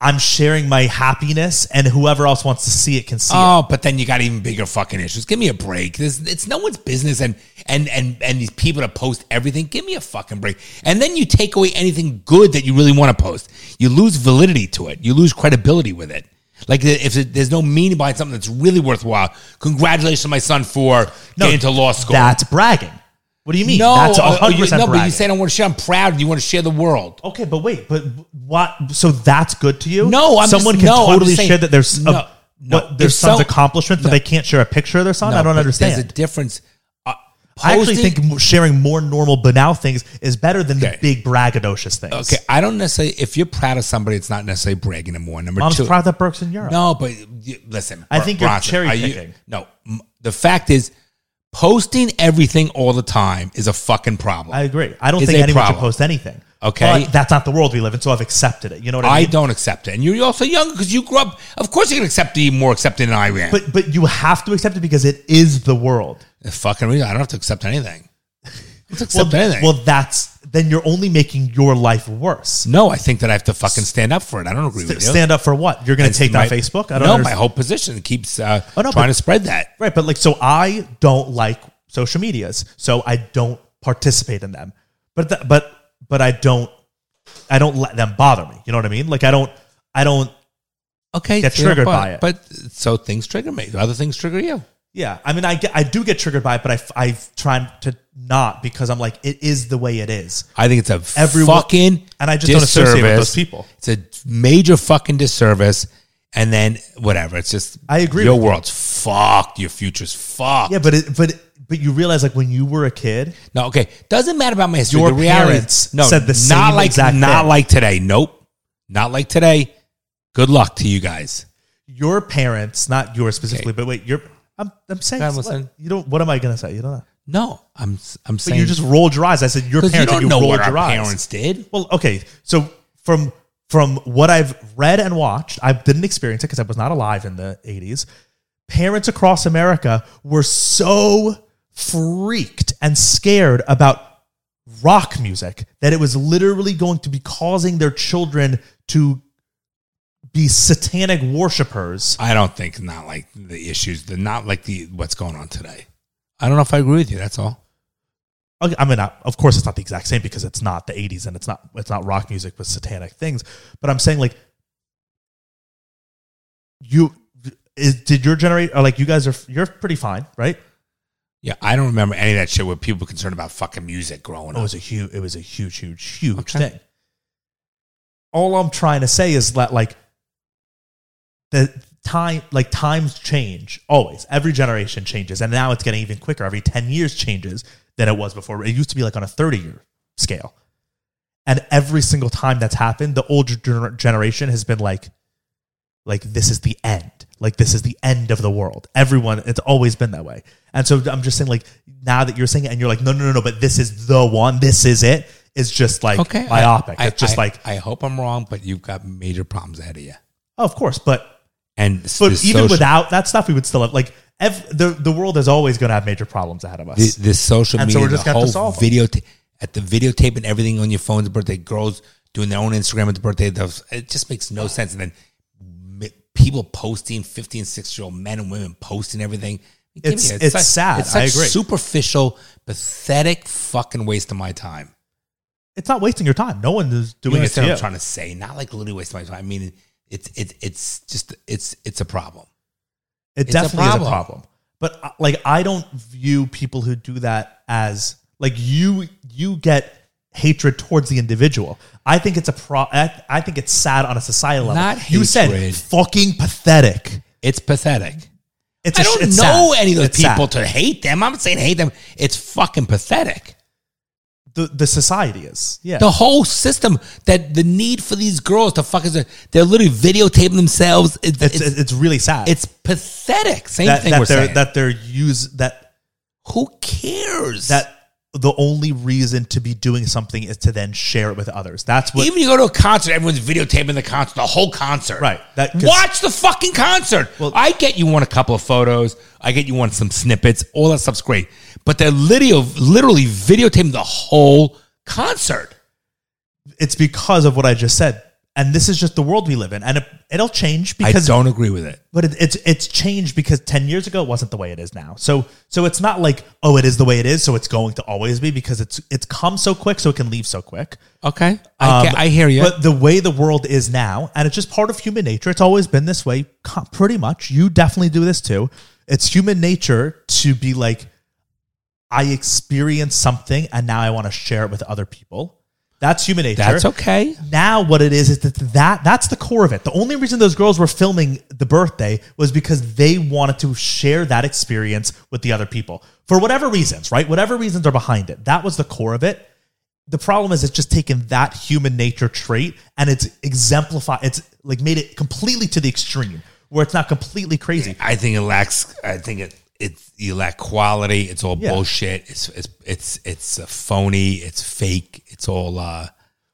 S2: I'm sharing my happiness and whoever else wants to see it can see it.
S3: Oh, but then you got even bigger fucking issues. Give me a break. This, it's no one's business, and and and and these people that post everything. Give me a fucking break. And then you take away anything good that you really want to post. You lose validity to it. You lose credibility with it. Like if it, there's no meaning behind something that's really worthwhile. Congratulations, to my son, for getting to law school.
S2: That's bragging. What do you mean?
S3: no,
S2: that's
S3: uh, you,
S2: 100%
S3: no,
S2: bragging. Oh,
S3: but you say I don't want to share. I'm proud. You want to share the world.
S2: Okay, but wait, but what? So that's good to you?
S3: No, I'm
S2: someone
S3: just-
S2: can
S3: no, I'm just
S2: totally
S3: saying-
S2: share that there's
S3: No,
S2: a,
S3: no,
S2: what their
S3: if
S2: son's
S3: so-
S2: accomplishment, but
S3: no.
S2: they can't share a picture of their son.
S3: No,
S2: I don't
S3: but
S2: understand.
S3: There's a difference. Uh,
S2: I actually
S3: posting-
S2: think m- sharing more normal, banal things is better than
S3: Okay.
S2: the big braggadocious things.
S3: Okay, I don't necessarily. If you're proud of somebody, it's not necessarily bragging anymore. Number
S2: mom's
S3: two,
S2: proud that Burke's in Europe.
S3: No, but you, listen.
S2: I
S3: Bro-
S2: think you're cherry
S3: are you-
S2: picking.
S3: no, m- the fact is, posting everything all the time is a fucking problem.
S2: I agree. I don't
S3: It's
S2: think
S3: a
S2: anyone should
S3: problem.
S2: post anything.
S3: Okay.
S2: but that's not the world we live in, so I've accepted it. You know what I
S3: I
S2: mean?
S3: don't accept it, and you're also young because you grew up. Of course, you're gonna accept it even more accepting than I am.
S2: But but you have to accept it because it is the world.
S3: The fucking reason, I don't have to accept anything. I don't have to accept
S2: Well,
S3: anything.
S2: well, that's then you're only making your life worse.
S3: no, I think that I have to fucking stand up for it. I don't agree with you.
S2: Stand up for what? You're going to take
S3: my,
S2: down Facebook? I
S3: no,
S2: don't
S3: my
S2: understand.
S3: whole position keeps uh,
S2: Oh, no,
S3: trying
S2: but-
S3: to spread that.
S2: Right, but like, so I don't like social medias, so I don't participate in them. But th- but but I don't I don't let them bother me. You know what I mean? Like I don't I don't.
S3: Okay,
S2: Get
S3: you know,
S2: triggered
S3: but-
S2: by it.
S3: But so things trigger me. Other things trigger you.
S2: Yeah, I mean, I get, I do get triggered by it, but I f- I try to not because I'm like it is the way it is.
S3: I think it's a
S2: Everyone-
S3: fucking
S2: and I just don't associate with those people.
S3: It's a major fucking disservice. And then whatever, it's just
S2: I agree
S3: Your
S2: with
S3: world's fucked. Your future's fucked.
S2: Yeah, but it, but but you realize like when you were a kid,
S3: no, okay. Doesn't matter about my history.
S2: Your
S3: the reality,
S2: parents
S3: no,
S2: said
S3: not
S2: the same
S3: like
S2: exact
S3: not
S2: thing.
S3: like today. Nope, not like today. Good luck to you guys.
S2: your parents, not yours specifically, but wait, your I'm I'm saying
S3: God,
S2: what-
S3: listen.
S2: you don't. What am I gonna say? You don't know.
S3: No, I'm I'm
S2: But
S3: saying
S2: you just rolled your eyes. I said your
S3: 'cause
S2: parents.
S3: you don't
S2: and you
S3: know
S2: rolled
S3: what our
S2: your eyes.
S3: parents did.
S2: Well, okay. So from from what I've read and watched, I didn't experience it because I was not alive in the eighties. Parents across America were so freaked and scared about rock music that it was literally going to be causing their children to be satanic worshipers.
S3: I don't think not like the issues. The not like the what's going on today. I don't know if I agree with you. That's all.
S2: Okay, I mean, I- of course, it's not the exact same because it's not the '80s and it's not it's not rock music with satanic things. But I'm saying like, you is, did your generation or like you guys are you're pretty fine, right?
S3: Yeah, I don't remember any of that shit where people were concerned about fucking music growing
S2: Oh, It
S3: up.
S2: was a huge, it was a huge, huge, huge
S3: Okay.
S2: thing. All I'm trying to say is that like the time, like times change always. Every generation changes, and now it's getting even quicker. Every ten years changes than it was before. It used to be like on a thirty year scale, and every single time that's happened, the older gener- generation has been like, like this is the end like this is the end of the world everyone it's always been that way and so i'm just saying like now that you're saying it and you're like no no no no but this is the one this is it it's just like
S3: Okay,
S2: myopic
S3: I,
S2: it's just
S3: I-
S2: like
S3: I hope I'm wrong, but you've got major problems ahead of you.
S2: oh, of course but
S3: And this,
S2: but
S3: this
S2: even
S3: social,
S2: without that stuff we would still have like ev- the the world is always going to have major problems ahead of us
S3: this, this social
S2: And
S3: media,
S2: so we're just
S3: the
S2: gonna have
S3: whole
S2: to solve 'em.
S3: video at the videotape and everything on your phone's birthday, girls doing their own Instagram at the birthday. those- It just makes no sense. And then m- people posting 15, 6 year old men and women posting everything. Give
S2: It's-
S3: me a-
S2: it's
S3: such-
S2: sad.
S3: It's such
S2: I agree.
S3: Superficial, pathetic, fucking waste of my time.
S2: it's not wasting your time no one is doing
S3: you
S2: it to
S3: understand
S2: you.
S3: what I'm trying to say. Not like literally waste my time. I mean, it's it's it's just it's it's a problem.
S2: it
S3: It's a
S2: definitely is a
S3: problem.
S2: problem But uh, like, I don't view people who do that as like you. You get hatred towards the individual. I think it's a pro. I, I think it's sad on a societal level.
S3: Not
S2: you said
S3: hatred.
S2: fucking pathetic.
S3: It's pathetic.
S2: It's
S3: I
S2: a sh-
S3: don't
S2: it's
S3: know
S2: sad.
S3: any of those
S2: It's
S3: people
S2: sad.
S3: to hate them. I'm not saying hate them. It's fucking pathetic.
S2: the the society is. Yeah,
S3: The whole system that the need for these girls to fuck is they're literally videotaping themselves. It's
S2: it's,
S3: it's,
S2: it's really sad.
S3: it's pathetic. Same
S2: that,
S3: thing
S2: that
S3: we're
S2: they're
S3: saying.
S2: that they're use that
S3: Who cares?
S2: that the only reason to be doing something is to then share it with others. That's what
S3: even you go to a concert, everyone's videotaping the concert, the whole concert.
S2: Right, that- 'cause-
S3: Watch the fucking concert.
S2: Well-
S3: I get you want a couple of photos. I get you want some snippets. All that stuff's great. But they're literally, literally videotaping the whole concert.
S2: it's because of what I just said. And this is just the world we live in, and it, it'll change because
S3: I don't agree with it.
S2: but it, it's it's changed because 10 years ago it wasn't the way it is now so so it's not like oh it is the way it is so it's going to always be because it's it's come so quick so it can leave so quick
S3: Okay. I,
S2: Um,
S3: get- I hear you.
S2: but the way the world is now and it's just part of human nature it's always been this way co- pretty much you definitely do this too it's human nature to be like i experienced something and now i want to share it with other people that's human nature
S3: That's okay.
S2: now what it is is that that that's the core of it. The only reason those girls were filming the birthday was because they wanted to share that experience with the other people for whatever reasons, right? Whatever reasons are behind it. That was the core of it. The problem is it's just taken that human nature trait and it's exemplified. It's like made it completely to the extreme where it's not completely crazy.
S3: I think it lacks. I think it. It's you lack quality. It's all
S2: Yeah.
S3: bullshit. It's it's it's it's uh, phony. It's fake. It's all. uh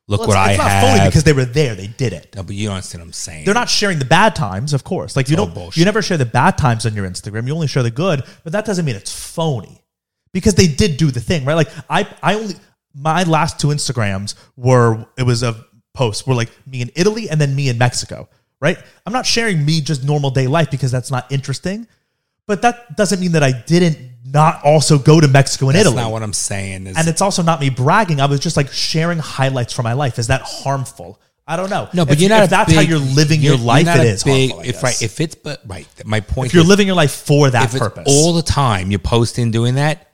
S3: Look
S2: Well,
S3: what
S2: it's,
S3: I
S2: it's not
S3: have.
S2: phony because they were there. They did it.
S3: No, but you don't understand what I'm saying.
S2: They're not sharing the bad times, of course. Like you
S3: all
S2: don't,
S3: bullshit.
S2: you never share the bad times on your Instagram. You only share the good, but that doesn't mean it's phony because they did do the thing, right? Like I, I only my last two Instagrams were it was a post were like me in Italy and then me in Mexico, right? I'm not sharing me just normal day life because that's not interesting, but that doesn't mean that I didn't not also go to Mexico and
S3: That's
S2: Italy.
S3: not what I'm saying. Is,
S2: and it's also not me bragging. I was just like sharing highlights from my life. Is that harmful? I don't know.
S3: no, but
S2: If-
S3: you're not.
S2: If
S3: a
S2: that's
S3: big-
S2: how you're living your
S3: you're
S2: life,
S3: not
S2: it
S3: a
S2: is.
S3: Big,
S2: harmful, I
S3: if
S2: guess.
S3: right, if it's but right, my point.
S2: if you're
S3: is,
S2: living your life for that
S3: if it's
S2: purpose,
S3: all the time, you're posting, doing that.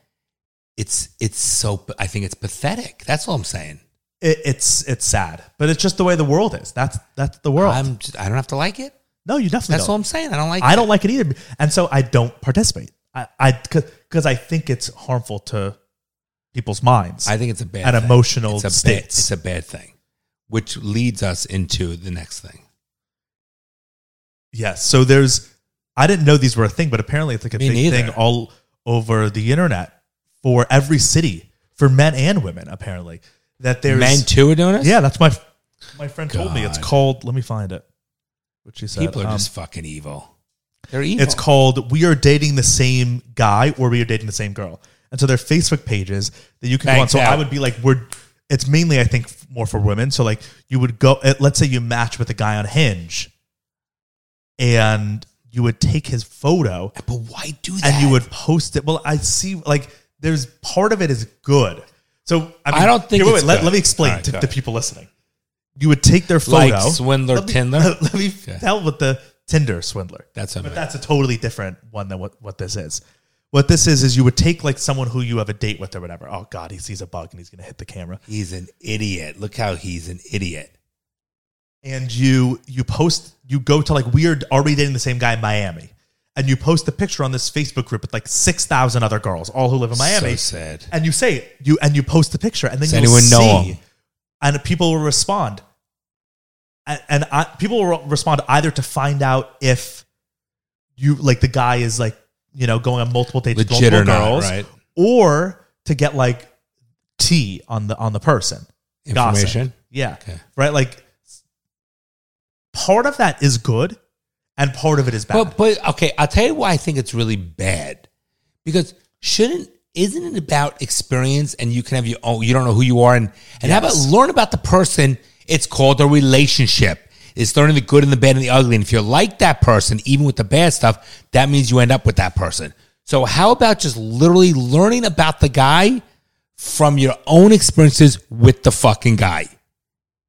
S3: It's it's so. I think it's pathetic. That's all I'm saying.
S2: it, it's it's sad. But it's just the way the world is. That's that's the world.
S3: I'm. Just, I don't have to like it.
S2: no, you definitely.
S3: That's all
S2: don't.
S3: I'm saying. I don't like.
S2: I
S3: it.
S2: don't like it either, and so I don't participate. I I because I think it's harmful to people's minds.
S3: I think it's a bad
S2: and
S3: thing.
S2: emotional
S3: it's a Bad,
S2: states.
S3: it's a bad thing, which leads us into the next thing.
S2: Yes. So there's, I didn't know these were a thing, but apparently it's like a
S3: Me
S2: big
S3: neither.
S2: thing all over the internet for every city, for men and women, apparently. That there's.
S3: Men too are doing this.
S2: Yeah, that's my my friend told me. It's
S3: God.
S2: called, let me find it. What she said.
S3: people are
S2: Um,
S3: just fucking evil. They're evil.
S2: it's called We Are Dating the Same Guy or We Are Dating the Same Girl. And so their Facebook pages that you can go on.
S3: Thanks,
S2: So I
S3: Al.
S2: would be like, we're, it's mainly, I think, f- more for women. So like you would go, eh, let's say you match with a guy on Hinge and you would take his photo
S3: but why do that?
S2: and you would post it. Well, I see, like, there's part of it is good. So I, mean,
S3: I don't think
S2: Here, wait,
S3: it's
S2: wait, let,
S3: good.
S2: let me explain
S3: All right,
S2: to
S3: go
S2: the
S3: ahead.
S2: people listening. You would take their photo,
S3: Like Swindler
S2: Let me-
S3: Tinder?
S2: Let me
S3: Okay.
S2: tell with the Tinder swindler.
S3: That's what I
S2: but
S3: meant.
S2: that's a totally different one than what what this is. What this is is you would take like someone who you have a date with or whatever. Oh God, he sees a bug and he's gonna hit the camera.
S3: He's an idiot. Look how he's an idiot.
S2: and you you post you go to like weird already dating the same guy in Miami and you post the picture on this Facebook group with like 6,000 other girls all who live in Miami
S3: So sad.
S2: and you say you and you post the picture and then
S3: Does
S2: you'll
S3: anyone
S2: see,
S3: know him?
S2: and people will respond and, and I, people will respond either to find out if you like the guy is like you know going on multiple dates with
S3: Legit
S2: multiple
S3: or not,
S2: girls
S3: right.
S2: or to get like tea on the on the person Gossip.
S3: Information.
S2: yeah
S3: Okay.
S2: right like part of that is good and part of it is bad
S3: But but okay, I'll tell you why I think it's really bad. Because shouldn't isn't it about experience and you can have your own you don't know who you are and and how about
S2: Yes.
S3: learn about the person? It's called a relationship. It's learning the good and the bad and the ugly. And if you're like that person, even with the bad stuff, that means you end up with that person. So how about just literally learning about the guy from your own experiences with the fucking guy?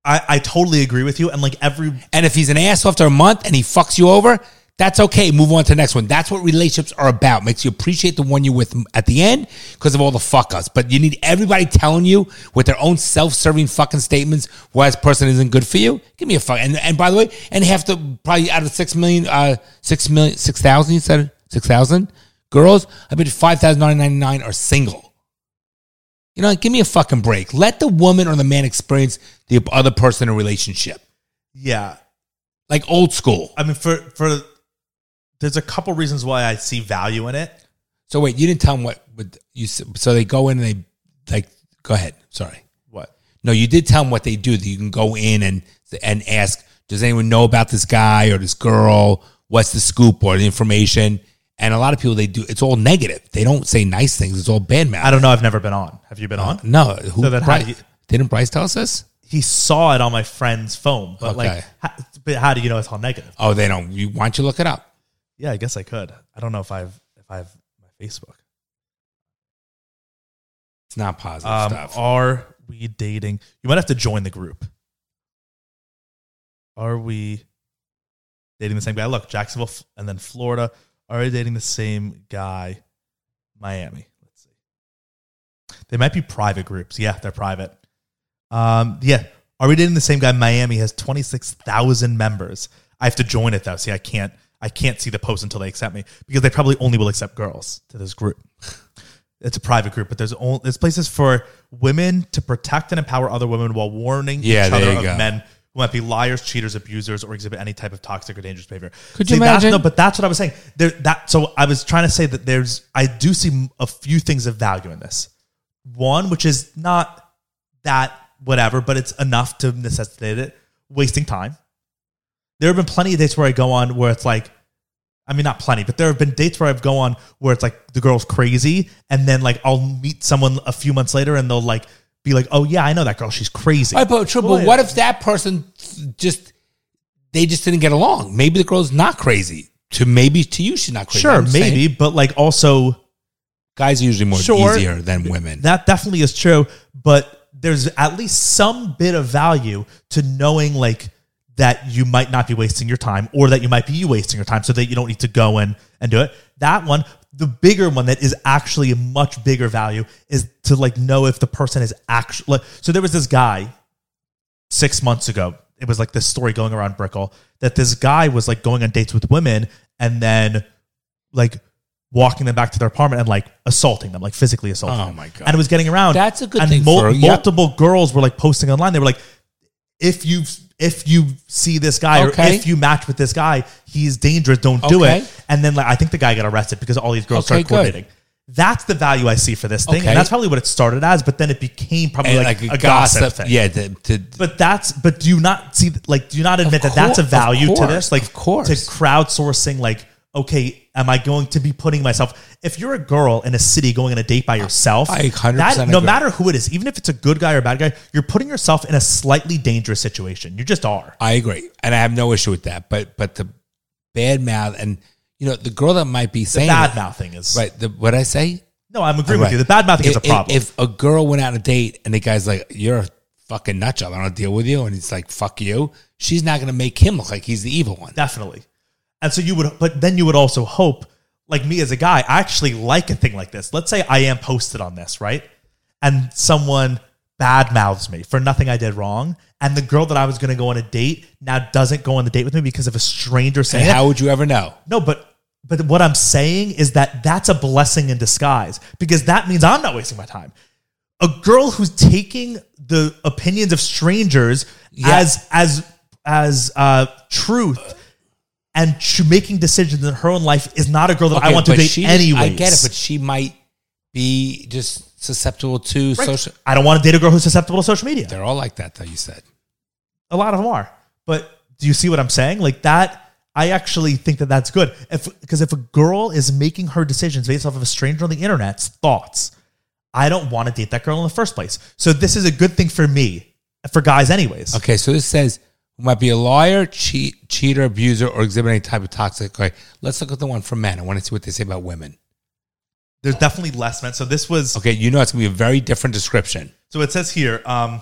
S2: I, I totally agree with you and like every
S3: And if he's an ass after a month and he fucks you over, That's okay. Move on to the next one. That's what relationships are about. Makes you appreciate the one you're with at the end because of all the fuck ups. But you need everybody telling you with their own self serving fucking statements why this person isn't good for you. Give me a fuck. And, and by the way, and half the probably out of six million, uh, six million, six thousand, you said six thousand girls, I bet 5,999 are single. You know, give me a fucking break. Let the woman or the man experience the other person in a relationship.
S2: Yeah.
S3: Like old school.
S2: I mean, for for there's a couple reasons why I see value in it.
S3: So wait, you didn't tell them what would you. s- So they go in and they like. Go ahead. Sorry.
S2: What?
S3: No, you did tell them what they do. That you can go in and and ask. Does anyone know about this guy or this girl? What's the scoop or the information? And a lot of people they do. It's all negative. They don't say nice things. It's all bad mouth.
S2: I don't know. I've never been on. Have
S3: Uh,
S2: you been on?
S3: No. Who,
S2: So then how
S3: Bryce-
S2: do you-
S3: didn't Bryce tell us this?
S2: He saw it on my friend's phone, but
S3: Okay.
S2: like, how, but how do you know it's all negative?
S3: Oh, they don't. You why don't you look it up?
S2: Yeah, I guess I could. I don't know if I've if I've my Facebook.
S3: It's not positive
S2: Um,
S3: stuff.
S2: are we dating? You might have to join the group. Are we dating the same guy? Look, Jacksonville f- and then Florida. Are we dating the same guy? Miami. Let's see. They might be private groups. Yeah, they're private. Um, yeah. Are we dating the same guy? Miami has twenty six thousand members. I have to join it though. See, I can't. I can't see the post until they accept me because they probably only will accept girls to this group it's a private group, but there's only there's places for women to protect and empower other women while warning
S3: Yeah,
S2: each
S3: there
S2: other
S3: you
S2: of
S3: go.
S2: men who might be liars, cheaters, abusers, or exhibit any type of toxic or dangerous behavior.
S3: Could you
S2: that's-
S3: imagine?
S2: no, but that's what I was saying. There, that so I was trying to say that there's I do see a few things of value in this. One, which is not that whatever, but it's enough to necessitate it. Wasting time. There have been plenty of dates where I go on where it's like, I mean, not plenty, but there have been dates where I've go on where it's like the girl's crazy, and then like I'll meet someone a few months later, and they'll like be like, "Oh yeah, I know that girl. She's crazy."
S3: All right, but, true,
S2: Well,
S3: but what if that person just they just didn't get along? Maybe the girl's not crazy. To maybe to you she's not crazy.
S2: sure,
S3: I'm
S2: maybe,
S3: saying
S2: but like also
S3: guys are usually more
S2: Sure.
S3: easier than women.
S2: that definitely is true. But there's at least some bit of value to knowing like that you might not be wasting your time, or that you might be you wasting your time, so that you don't need to go in and do it. That one. The bigger one that is actually a much bigger value is to like know if the person is actually. So there was this guy six months ago. It was like this story going around Brickle that this guy was like going on dates with women and then like walking them back to their apartment and like assaulting them, like physically assaulting
S3: Oh
S2: them.
S3: my God.
S2: And it was getting around.
S3: That's a good
S2: and
S3: thing for- yep.
S2: Multiple girls were like posting online. They were like, if you if you see this guy or
S3: Okay.
S2: if you match with this guy, he's dangerous. Don't do
S3: Okay.
S2: it. And then like I think the guy got arrested because all these girls
S3: Okay,
S2: started
S3: good.
S2: coordinating. That's the value I see for this thing,
S3: Okay.
S2: and that's probably what it started as. But then it became probably
S3: And
S2: like, a gossip, thing.
S3: Yeah, to, to,
S2: But that's but do you not see like do you not admit that that's a
S3: cour- of
S2: value to
S3: course,
S2: this? Like
S3: of course.
S2: to crowdsourcing like okay, am I going to be putting myself if you're a girl in a city going on a date by yourself,
S3: I 100%
S2: that- no
S3: agree.
S2: matter who it is, even if it's a good guy or a bad guy, you're putting yourself in a slightly dangerous situation. You just are.
S3: I agree. And I have no issue with that. But but the bad mouth and you know, the girl that might be
S2: The
S3: saying
S2: bad
S3: it-
S2: mouth thing is
S3: Right. The, what I say?
S2: No, I'm agreeing with
S3: Right.
S2: you. The bad mouth thing is a
S3: If- if-
S2: problem.
S3: If, a girl went out on a date and the guy's like, "You're a fucking nut job. I don't deal with you," and he's like, "Fuck you," she's not going to make him look like he's the evil one.
S2: Definitely. And so you would, but then you would also hope, like me as a guy, I actually like a thing like this. Let's say I am posted on this, right? And someone bad mouths me for nothing I did wrong. And the girl that I was going to go on a date now doesn't go on the date with me because of a stranger saying
S3: And
S2: that.
S3: how would you ever know?
S2: No, but but what I'm saying is that that's a blessing in disguise because that means I'm not wasting my time. A girl who's taking the opinions of strangers
S3: Yeah.
S2: as as as uh, truth and ch- making decisions in her own life is not a girl that I
S3: Okay,
S2: want to
S3: but
S2: date
S3: she-
S2: anyways.
S3: I get it, but she might be just susceptible to
S2: Right?
S3: social.
S2: I don't want to date a girl who's susceptible to social media.
S3: They're all like that, though. You said
S2: a lot of them are. But do you see what I'm saying? Like that, I actually think that that's good. If because if a girl is making her decisions based off of a stranger on the internet's thoughts, I don't want to date that girl in the first place. So this is a good thing for me, for guys, anyways.
S3: okay. So this says who might be a liar, cheat, cheater, abuser, or exhibit any type of toxic. Okay, let's look at the one for men. I want to see what they say about women.
S2: There's definitely less men. So this was
S3: Okay, you know it's going to be a very different description.
S2: So it says here, um,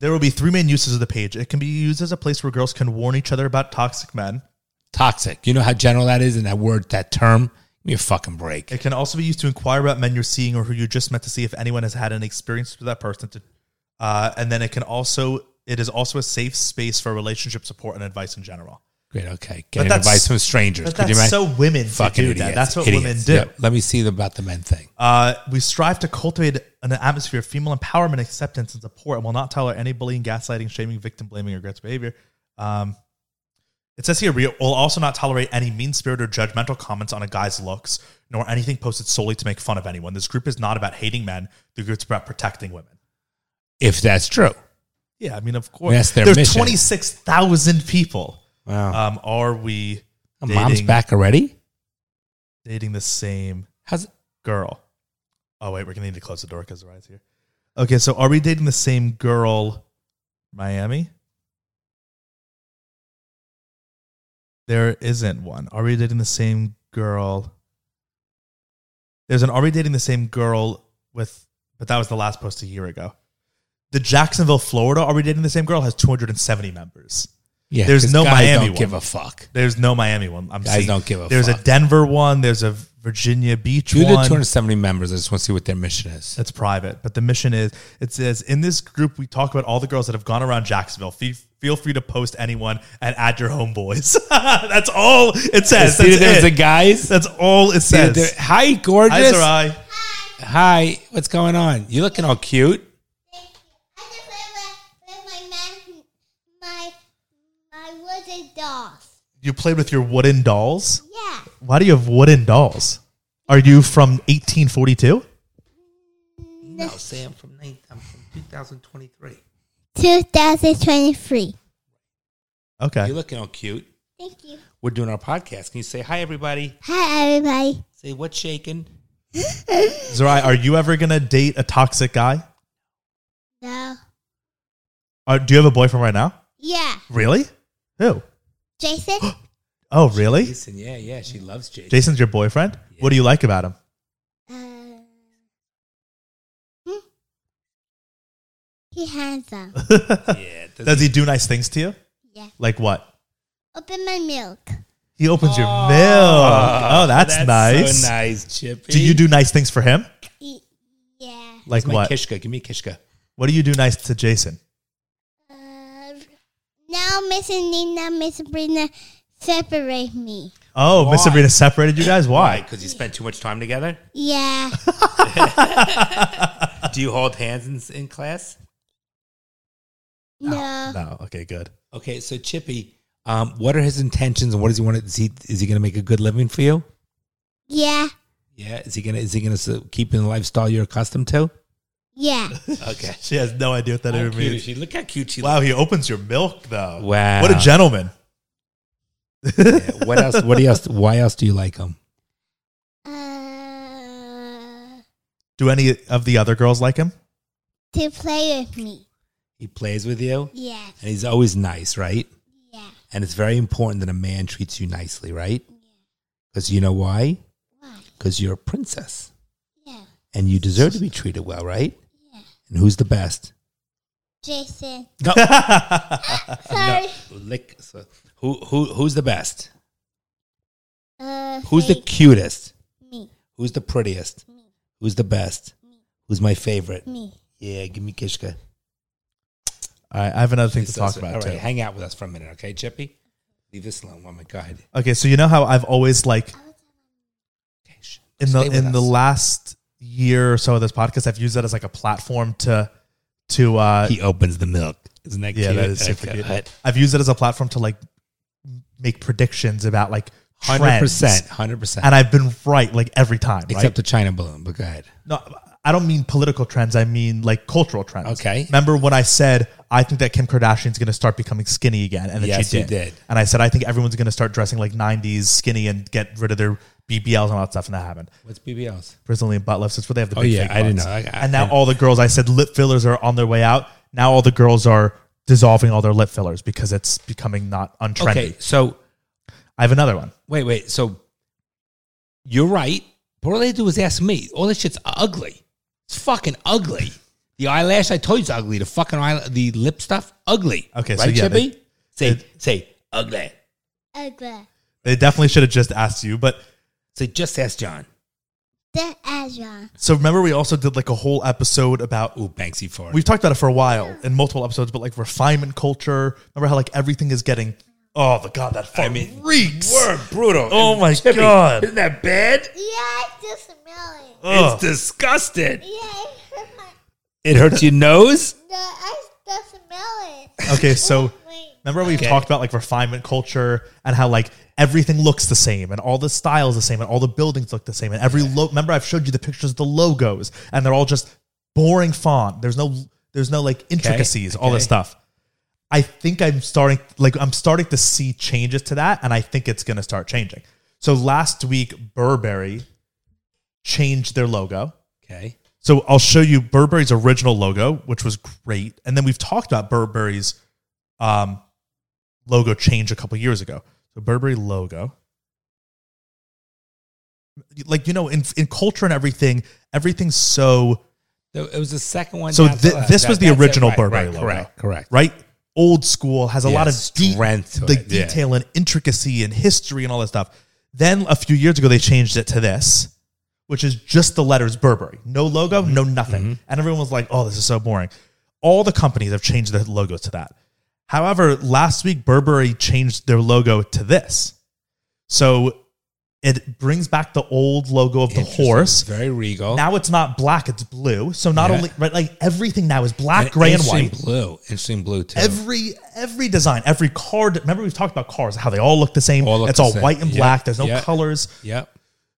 S2: there will be three main uses of the page. It can be used as a place where girls can warn each other about toxic men.
S3: Toxic. You know how general that is and that word, that term? Give me a fucking break.
S2: It can also be used to inquire about men you're seeing or who you just met to see if anyone has had an experience with that person. To, uh, and then it can also it is also a safe space for relationship support and advice in general.
S3: Great. Okay. Getting
S2: that's-
S3: advice from strangers.
S2: But
S3: Could you
S2: that's
S3: imagine?
S2: so women to
S3: fucking
S2: do
S3: idiots.
S2: that. That's what
S3: Idiots.
S2: women do.
S3: Yep. Let me see about the men thing.
S2: Uh, we strive to cultivate an atmosphere of female empowerment, acceptance, and support, and will not tolerate any bullying, gaslighting, shaming, victim blaming, or aggressive behavior. Um, it says here we will also not tolerate any mean spirited or judgmental comments on a guy's looks, nor anything posted solely to make fun of anyone. This group is not about hating men. The group's about protecting women.
S3: if that's true.
S2: Yeah, I mean, of course.
S3: That's their
S2: There's
S3: mission.
S2: 26,000 people.
S3: Wow.
S2: Um, are we dating,
S3: Mom's back already?
S2: dating the same
S3: How's
S2: girl. Oh wait, we're gonna need to close the door because the ride's here. Okay, so are we dating the same girl, Miami? There isn't one. Are we dating the same girl? There's an are we dating the same girl with but that was the last post a year ago. The Jacksonville, Florida, are we dating the same girl has 270 members.
S3: Yeah,
S2: There's
S3: 'cause
S2: no
S3: guys
S2: Miami
S3: Don't
S2: one.
S3: give a fuck.
S2: There's no Miami one. I'm
S3: Guys
S2: seeing.
S3: don't give a
S2: There's
S3: fuck.
S2: a Denver one. There's a Virginia Beach
S3: Do the
S2: one.
S3: 270 members. I just want to see what their mission is.
S2: It's private, but the mission is it says in this group we talk about all the girls that have gone around Jacksonville. Fe- feel free to post anyone and add your homeboys. That's all it says.
S3: See that
S2: That's,
S3: there's
S2: it.
S3: the guys.
S2: That's all it
S3: See that there-
S2: says.
S3: Hi,
S2: Hi,
S3: gorgeous. Hi,
S2: Sarai.
S3: what's going on? You looking all cute?
S6: Thank you. I just play with, with my man, my my wooden dolls.
S2: You played with your wooden dolls.
S6: Yeah.
S2: Why do you have wooden dolls? Are you from 1842?
S3: No, Sam from I'm from 2023.
S6: 2023.
S2: Okay.
S3: You looking all cute?
S6: Thank you.
S3: We're doing our podcast. Can you say hi, everybody?
S6: Hi, everybody.
S3: Say what's shaking?
S2: Sarai, are you ever going to date a toxic guy?
S6: No.
S2: Are, do you have a boyfriend right now?
S6: Yeah.
S2: Really? Who?
S6: Jason.
S2: Oh, really?
S3: Jason, yeah, yeah, she loves Jason.
S2: Jason's your boyfriend? What do you like about him?
S6: uh, hmm? he handsome.
S3: Yeah, does
S2: Does he do nice things to you?
S6: yeah.
S2: Like what?
S6: Open my milk.
S2: He opens your milk. Oh, that's, nice.
S3: So nice, Chippy.
S2: Do you do nice things for him?
S6: E- Yeah.
S2: Like
S3: Where's my
S2: what?
S3: Kishka, give me Kishka.
S2: What do you do nice to Jason?
S6: Uh, now Miss Nina, Miss Sabrina, separate me.
S2: Oh, Miss
S3: Why? Oh
S2: Sabrina separated you guys. Why?
S3: Because you spent too much time together.
S6: Yeah.
S3: Do you hold hands in, in class?
S6: no.
S2: No. Okay. Good.
S3: Okay, so Chippy, um, what are his intentions and what does he want to? Is he is he going to make a good living for you?
S6: Yeah.
S3: Yeah, is he gonna is he gonna s- keep in the lifestyle you're accustomed to?
S6: Yeah.
S3: Okay,
S2: She has no idea what that even means.
S3: she? Look how cute she.
S2: Wow. He opens your milk though.
S3: Wow.
S2: What a gentleman.
S3: looks. What else? What else? Why else do you like him?
S6: Uh,
S2: Do any of the other girls like him?
S6: to play with me.
S3: He plays with you,
S6: Yes.
S3: and he's always nice, right?
S6: Yeah.
S3: And it's very important that a man treats you nicely, right? Because you know why?
S6: Why?
S3: Because you're a princess,
S6: Yeah.
S3: and you deserve to be treated well, right? And who's the best?
S6: Jason.
S3: No.
S6: Sorry.
S3: Lick. So who who who's the best?
S6: Uh,
S3: Who's the
S6: say
S3: cutest?
S6: me?
S3: Who's the prettiest?
S6: Me.
S3: Who's the best? Who's my favorite?
S6: Me.
S3: Yeah, give me Kishka.
S2: All right. I have another thing
S3: Please
S2: to talk
S3: listen.
S2: about
S3: All right,
S2: too.
S3: hang out with us for a minute, okay, Chippy? Leave this alone. Oh my god.
S2: Okay. So you know how I've always like
S3: Okay, sh-
S2: in the
S3: stay with
S2: in the
S3: us.
S2: last year or so of this podcast, I've used that as like a platform to to uh,
S3: he opens the milk. Isn't that
S2: Yeah,
S3: cute?
S2: that is super
S3: Okay.
S2: cute. I've used it as a platform to like make predictions about like
S3: Hundred
S2: trends.
S3: percent, hundred percent.
S2: and I've been right like every time.
S3: Except
S2: right?
S3: the China balloon, but go ahead.
S2: no, I don't mean political trends. I mean like cultural trends.
S3: Okay.
S2: Remember when I said I think that Kim Kardashian's going to start becoming skinny again, and then
S3: Yes,
S2: she
S3: you
S2: did.
S3: did.
S2: And I said I think everyone's going to start dressing like '90s skinny and get rid of their BBLs and all that stuff, and that happened.
S3: What's BBLs?
S2: Brazilian butt lifts. That's where they have the
S3: Oh,
S2: big
S3: yeah,
S2: fake
S3: I didn't
S2: butts.
S3: know. I- I-
S2: and now
S3: I-
S2: all the girls, I said lip fillers are on their way out. Now all the girls are dissolving all their lip fillers because it's becoming not untrendy.
S3: Okay, so
S2: I have another one.
S3: wait, wait. So you're right. But all they do is ask me. All this shit's ugly. It's fucking ugly. The eyelash I told you is ugly. The fucking eye, the lip stuff, ugly.
S2: Okay, so
S3: right,
S2: yeah,
S3: Chippy?
S2: they-
S3: say
S2: they-
S3: say ugly.
S6: Ugly.
S2: They definitely should have just asked you. But
S3: So just ask John.
S6: The Ezra.
S2: so remember, we also did like a whole episode about
S3: Ooh, Banksy fart.
S2: we've talked about it for a while in multiple episodes, but like refinement culture. Remember how like everything is getting oh the god that fart reeks.
S3: We're brutal.
S2: Oh
S3: It's
S2: my God.
S3: Isn't that bad?
S6: Yeah, I just smell it.
S2: Ugh.
S3: It's disgusting.
S6: Yeah, I hurt my.
S3: It hurts your nose.
S6: No, I just smell it.
S2: Okay, so
S6: Wait.
S2: remember we've talked about like refinement culture and how like everything looks the same and all the styles the same and all the buildings look the same and every lo- remember I've showed you the pictures of the logos and they're all just boring font. There's no there's no like intricacies, all
S3: okay.
S2: this stuff. I think I'm starting like I'm starting to see changes to that and I think it's going to start changing. So last week Burberry changed their logo.
S3: Okay.
S2: So I'll show you Burberry's original logo, which was great, and then we've talked about Burberry's um, logo change a couple years ago. So Burberry logo, like you know, in in culture and everything, everything's so
S3: So it was the second one.
S2: so.
S3: down to
S2: thi-
S3: left.
S2: this
S3: That-
S2: was the
S3: that's it.
S2: original
S3: Right,
S2: Burberry
S3: right,
S2: logo,
S3: Correct. Correct.
S2: Right, old school has a
S3: Yeah,
S2: lot of deep
S3: strength to
S2: the
S3: it, yeah.
S2: detail and intricacy and history and all that stuff. Then a few years ago, they changed it to this, which is just the letters Burberry, no logo,
S3: Mm-hmm.
S2: no nothing, and everyone was like, "Oh, this is so boring." All the companies have changed their logo to that. However, last week Burberry changed their logo to this, so it brings back the old logo of the
S3: Interesting.
S2: horse.
S3: Very regal.
S2: Now it's not black; it's blue. So not
S3: Oh. Yeah.
S2: only right, like everything now is black, gray, and
S3: interesting
S2: white.
S3: Blue. Interesting blue too.
S2: Every every design, every car. Remember, we've talked about cars, how they all look the same.
S3: All look
S2: it's
S3: the
S2: all
S3: same.
S2: white and
S3: Yep,
S2: black. There's no
S3: yep.
S2: colors.
S3: yep.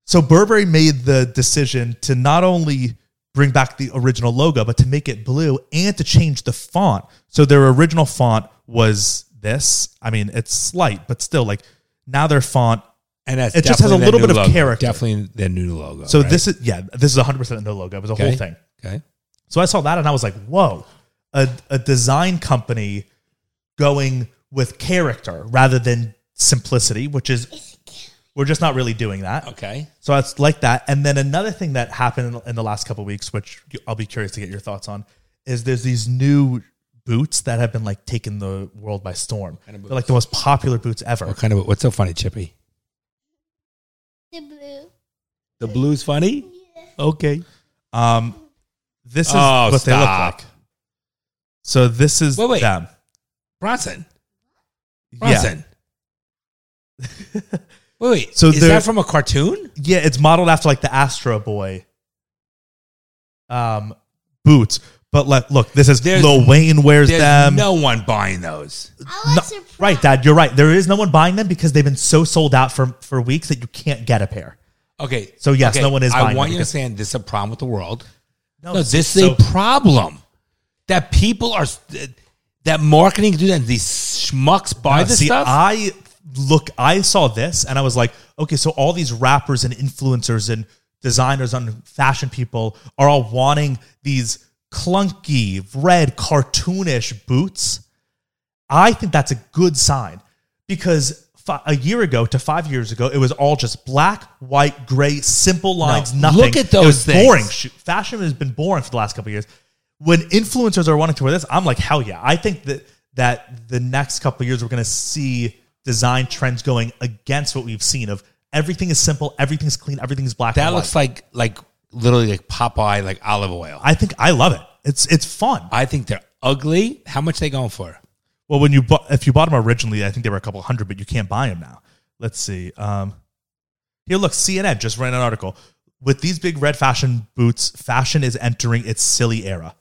S2: So Burberry made the decision to not only bring back the original logo, but to make it blue and to change the font. So their original font was this. I mean, it's slight, but still, like now their font.
S3: And that's
S2: It just has a
S3: definitely their
S2: little
S3: new
S2: bit of
S3: logo.
S2: character.
S3: Definitely their new logo.
S2: So
S3: right?
S2: this is yeah, this is 100 percent no logo. It was a whole
S3: Okay.
S2: thing.
S3: Okay.
S2: So I saw that and I was like, whoa, a, a design company going with character rather than simplicity, which is, we're just not really doing that.
S3: Okay.
S2: So it's like that. And then another thing that happened in the last couple of weeks, which you- I'll be curious to get your thoughts on, is there's these new boots that have been like taking the world by storm.
S3: kind of
S2: They're like the most popular boots ever.
S3: What kind of what's so funny, Chippy?
S6: The blue.
S3: The blue's funny. Okay.
S2: Um, this is
S3: Oh,
S2: what they
S3: stop.
S2: look like. So this is
S3: Wait, wait.
S2: them.
S3: Bronson.
S2: Yeah.
S3: Bronson. wait, wait.
S2: So
S3: So is
S2: they're-
S3: that from a cartoon?
S2: Yeah, it's modeled after like the Astro Boy um boots. But like look, this is
S3: There's-
S2: Lil Wayne wears
S3: There's
S2: them.
S3: no one buying those.
S6: I was
S2: No-
S6: surprised.
S2: right, Dad, you're right. There is no one buying them because they've been so sold out for for weeks that you can't get a pair.
S3: Okay.
S2: So, yes,
S3: okay,
S2: no one is
S3: I
S2: buying
S3: want you
S2: them
S3: to
S2: because-
S3: understand this is a problem with the world. No,
S2: it's-
S3: this is
S2: so-
S3: a problem that people are that marketing can do that. And these schmucks buy
S2: Uh,
S3: this
S2: See,
S3: stuff.
S2: I look, I saw this and I was like, okay, so all these rappers and influencers and designers and fashion people are all wanting these clunky, red, cartoonish boots. I think that's a good sign because fi- a year ago to five years ago, it was all just black, white, gray, simple lines, nothing.
S3: look at
S2: It
S3: those
S2: was
S3: things.
S2: boring. Sh- Fashion has been boring for the last couple of years. When influencers are wanting to wear this, I'm like, hell yeah! I think that that the next couple of years we're going to see design trends going against what we've seen of everything is simple, everything's clean, everything's black.
S3: that
S2: and
S3: looks
S2: white.
S3: like like literally like Popeye like olive oil. I,
S2: I think I love it. It's it's fun.
S3: think they're ugly. How much they going for?
S2: Well, when you bought, if you bought them originally, I think they were a couple hundred, but you can't buy them now. Let's see. Um, here, look, CNN just ran an article with these big red fashion boots. Fashion is entering its silly era.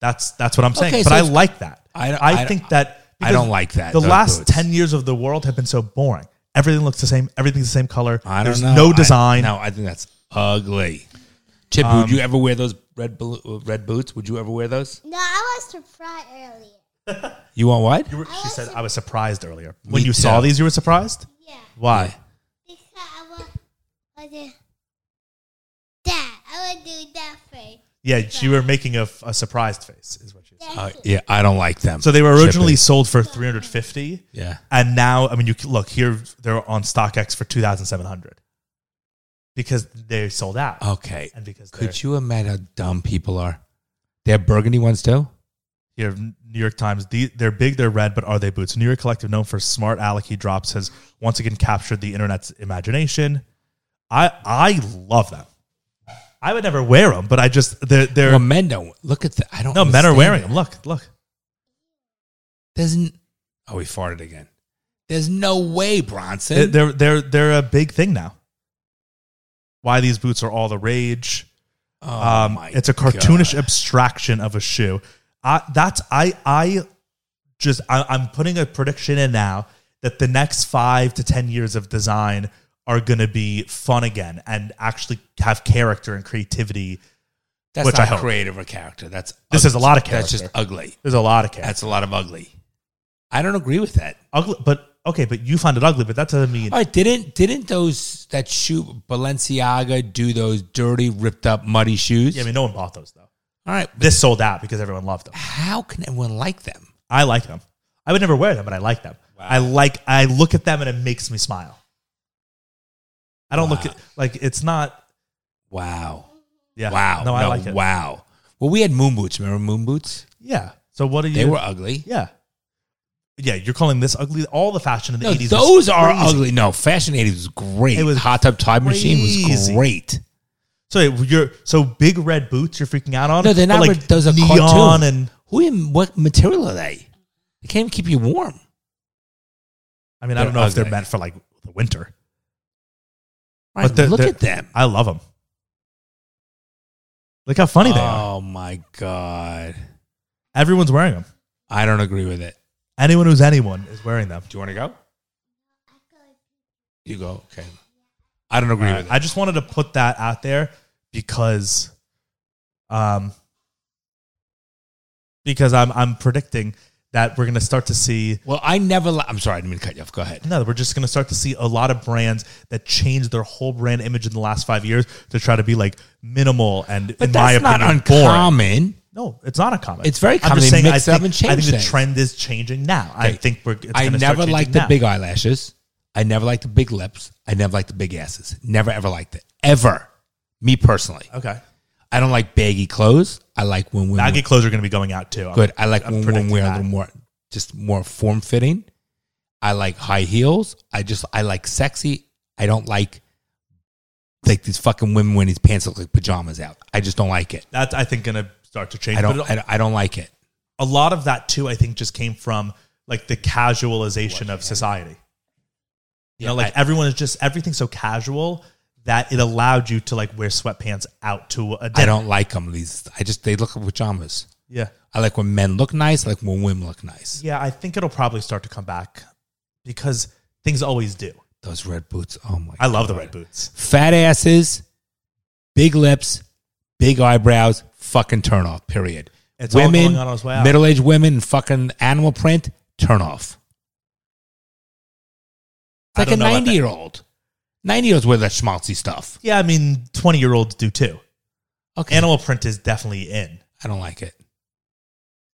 S2: That's that's what I'm saying.
S3: Okay,
S2: but
S3: so
S2: I
S3: it's-
S2: like that.
S3: I-
S2: I
S3: I-
S2: think that
S3: I don't like that,
S2: The
S3: those
S2: last
S3: boots.
S2: ten years of the world have been so boring. Everything looks the same. Everything's the same color.
S3: I don't
S2: There's
S3: know.
S2: no
S3: I-
S2: design. Um,
S3: no, I think that's ugly. Chip, would you ever wear those red blue, red boots? Would you ever wear those?
S6: No, I was surprised earlier.
S3: You want what?
S2: You were- she said I was surprised earlier
S3: Me
S2: when you saw
S3: too.
S2: these. You were surprised.
S6: Yeah,
S2: Why?
S6: because I want, I did that. I would do that first.
S2: Yeah, you were making a, a surprised face, is what she.
S6: That's
S3: Uh,
S6: it.
S3: yeah, I don't like them.
S2: So they were
S3: Chip
S2: originally
S3: is-
S2: sold for 350.
S3: Yeah.
S2: And now, I mean, you can- look here, they're on StockX for 2,700 because they sold out.
S3: Okay.
S2: And because
S3: Could you imagine how dumb people are? They have burgundy ones too.
S2: Here, New York Times. The, they're big, they're red, but are they boots? New York Collective, known for smart Alec he drops, has once again captured the internet's imagination. I I love them. I would never wear them, but I just they're they're
S3: Well, men don't look at that. I don't.
S2: no men are
S3: understand
S2: wearing
S3: it.
S2: them. Look, look.
S3: Doesn't. Oh, we farted again. There's no way, Bronson.
S2: They- They're they're they're a big thing now. Why these boots are all the rage.
S3: oh
S2: Um,
S3: my
S2: it's a
S3: God.
S2: cartoonish abstraction of a shoe. I, that's I I just I, I'm putting a prediction in now that the next five to ten years of design are going to be fun again and actually have character and creativity.
S3: That's
S2: which
S3: not
S2: I hope.
S3: creative or character. That's
S2: This is a lot of
S3: That's just
S2: character.
S3: ugly.
S2: There's a lot of character.
S3: That's a lot of ugly. I don't agree with that.
S2: ugly, but okay, but you find it ugly, but that doesn't mean
S3: All right, didn't didn't those that shoe Balenciaga do those dirty, ripped up, muddy shoes?
S2: yeah. I mean, no one bought those though.
S3: All right,
S2: This sold out because everyone loved them.
S3: how can anyone like them?
S2: I like them. I would never wear them, but I like them. I like I look at them and it makes me smile. I don't look
S3: Wow.
S2: at like it's not
S3: Wow,
S2: yeah.
S3: wow,
S2: No, I like it.
S3: Wow. Well, we had moon boots. Remember moon boots?
S2: Yeah. So what are you
S3: They were ugly.
S2: Yeah. Yeah, you're calling this ugly all the fashion in the
S3: No,
S2: 80s. was
S3: those are
S2: crazy.
S3: ugly. No, fashion eighties was great.
S2: It was
S3: hot tub time machine was
S2: crazy.
S3: great.
S2: So you're so big red boots you're freaking out on.
S3: No, they're
S2: but,
S3: not.
S2: like
S3: those are
S2: neon
S3: cartoon.
S2: and
S3: who? even- What material are they? They can't even keep you warm.
S2: I mean I
S3: They're
S2: don't know if they're
S3: ugly.
S2: meant for like the winter.
S3: All right,
S2: But they're-
S3: look
S2: they're-
S3: at them.
S2: I love them. Look how funny they are.
S3: Oh my god, Oh.
S2: Everyone's wearing them.
S3: I don't agree with it.
S2: Anyone who's anyone is wearing them.
S3: Do you want to go? You go. Okay. I don't agree
S2: All right.
S3: with it.
S2: I just wanted to put that out there because, um, because I'm I'm predicting that we're gonna start to see.
S3: well, I never. Li- I'm sorry. I didn't mean to cut you off. Go ahead.
S2: No, we're just gonna start to see a lot of brands that change their whole brand image in the last five years to try to be like minimal and, in my opinion, boring.
S3: uncommon.
S2: No, it's not uncommon.
S3: It's very
S2: I'm
S3: common.
S2: just
S3: They
S2: saying. I
S3: mix it up
S2: think,
S3: and change
S2: I think the
S3: things.
S2: trend is changing now. I
S3: Okay.
S2: think we're. It's
S3: I
S2: gonna
S3: never
S2: start
S3: liked
S2: changing
S3: the
S2: now.
S3: big eyelashes. I never liked the big lips. I never ever liked the big asses. Never ever liked it. Ever. Me personally.
S2: Okay,
S3: I don't like baggy clothes. I like when women
S2: baggy clothes are gonna be going out too. I'm-
S3: good. I like
S2: I'm
S3: when women
S2: predicting
S3: wear a
S2: that.
S3: little more, just more form fitting. I like high heels. I just I like sexy. I don't like like these fucking women wearing these pants that look like pajamas out. I just don't like it.
S2: That's I think gonna start to change.
S3: I don't.
S2: But it-
S3: I don't, I don't like it.
S2: a lot of that too, I think, just came from like the casualization of society. You know, like everyone is just everything's so casual that it allowed you to like wear sweatpants out to a dinner.
S3: I don't like them. These. I just they look like pajamas.
S2: Yeah,
S3: I like when men look nice. I like when women look nice.
S2: yeah. I think it'll probably start to come back because things always do.
S3: Those red boots. Oh my.
S2: I love the
S3: God.
S2: red boots.
S3: Fat asses, big lips, big eyebrows. Fucking turn off. Period.
S2: It's all going on as well.
S3: Middle aged women, in fucking animal print, turn off. It's
S2: I
S3: like a
S2: don't know about that.
S3: 90 year old. 90 year olds wear that schmaltzy stuff.
S2: Yeah, I mean, twenty year olds do too.
S3: Okay.
S2: Animal print is definitely in.
S3: I don't like it.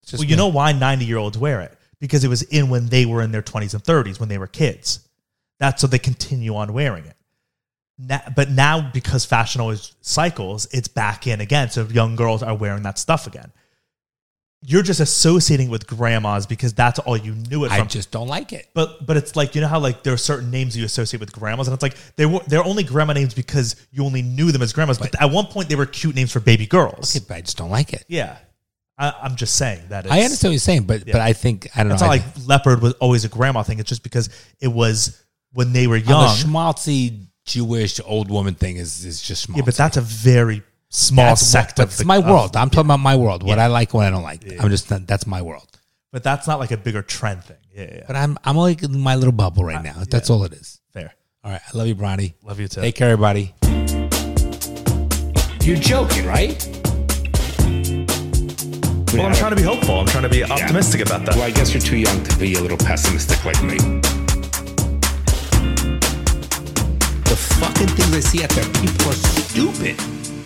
S3: It's just
S2: Well, you
S3: me.
S2: know why ninety year olds wear it because it was in when they were in their twenties and thirties when they were kids. That's so they continue on wearing it. Na but now because fashion always cycles, it's back in again. So young girls are wearing that stuff again. You're just associating with grandmas because that's all you knew it
S3: I
S2: from.
S3: just don't like it.
S2: but but it's like you know how like there are certain names you associate with grandmas, and it's like they were they're only grandma names because you only knew them as grandmas. But, at one point, they were cute names for baby girls.
S3: Okay, but I just don't like it.
S2: Yeah, I, I'm just saying that. It's,
S3: I understand what you're saying, but
S2: Yeah.
S3: but I think, I don't
S2: It's
S3: know. I
S2: not like leopard was always a grandma thing. It's just because it was when they were
S3: think-
S2: young.
S3: The schmaltzy Jewish old woman thing is, is just schmaltzy.
S2: yeah, but that's a very small
S3: That's-
S2: sect
S3: but
S2: of
S3: it's
S2: the-
S3: my
S2: of-
S3: world. I'm talking about my world. What I like, what I don't like. I'm just, not, that's my world.
S2: but that's not like a bigger trend thing. Yeah, yeah, yeah.
S3: But I'm, I'm like in my little bubble right now. That's all it is.
S2: fair.
S3: All right. I love you, Bronny.
S2: Uh, Love you too.
S3: Take care, everybody. You're joking, right?
S7: Well, I'm trying to be hopeful. I'm trying to be optimistic about that.
S8: Well, I guess you're too young to be a little pessimistic like me.
S1: The fucking things I see out there, people are stupid.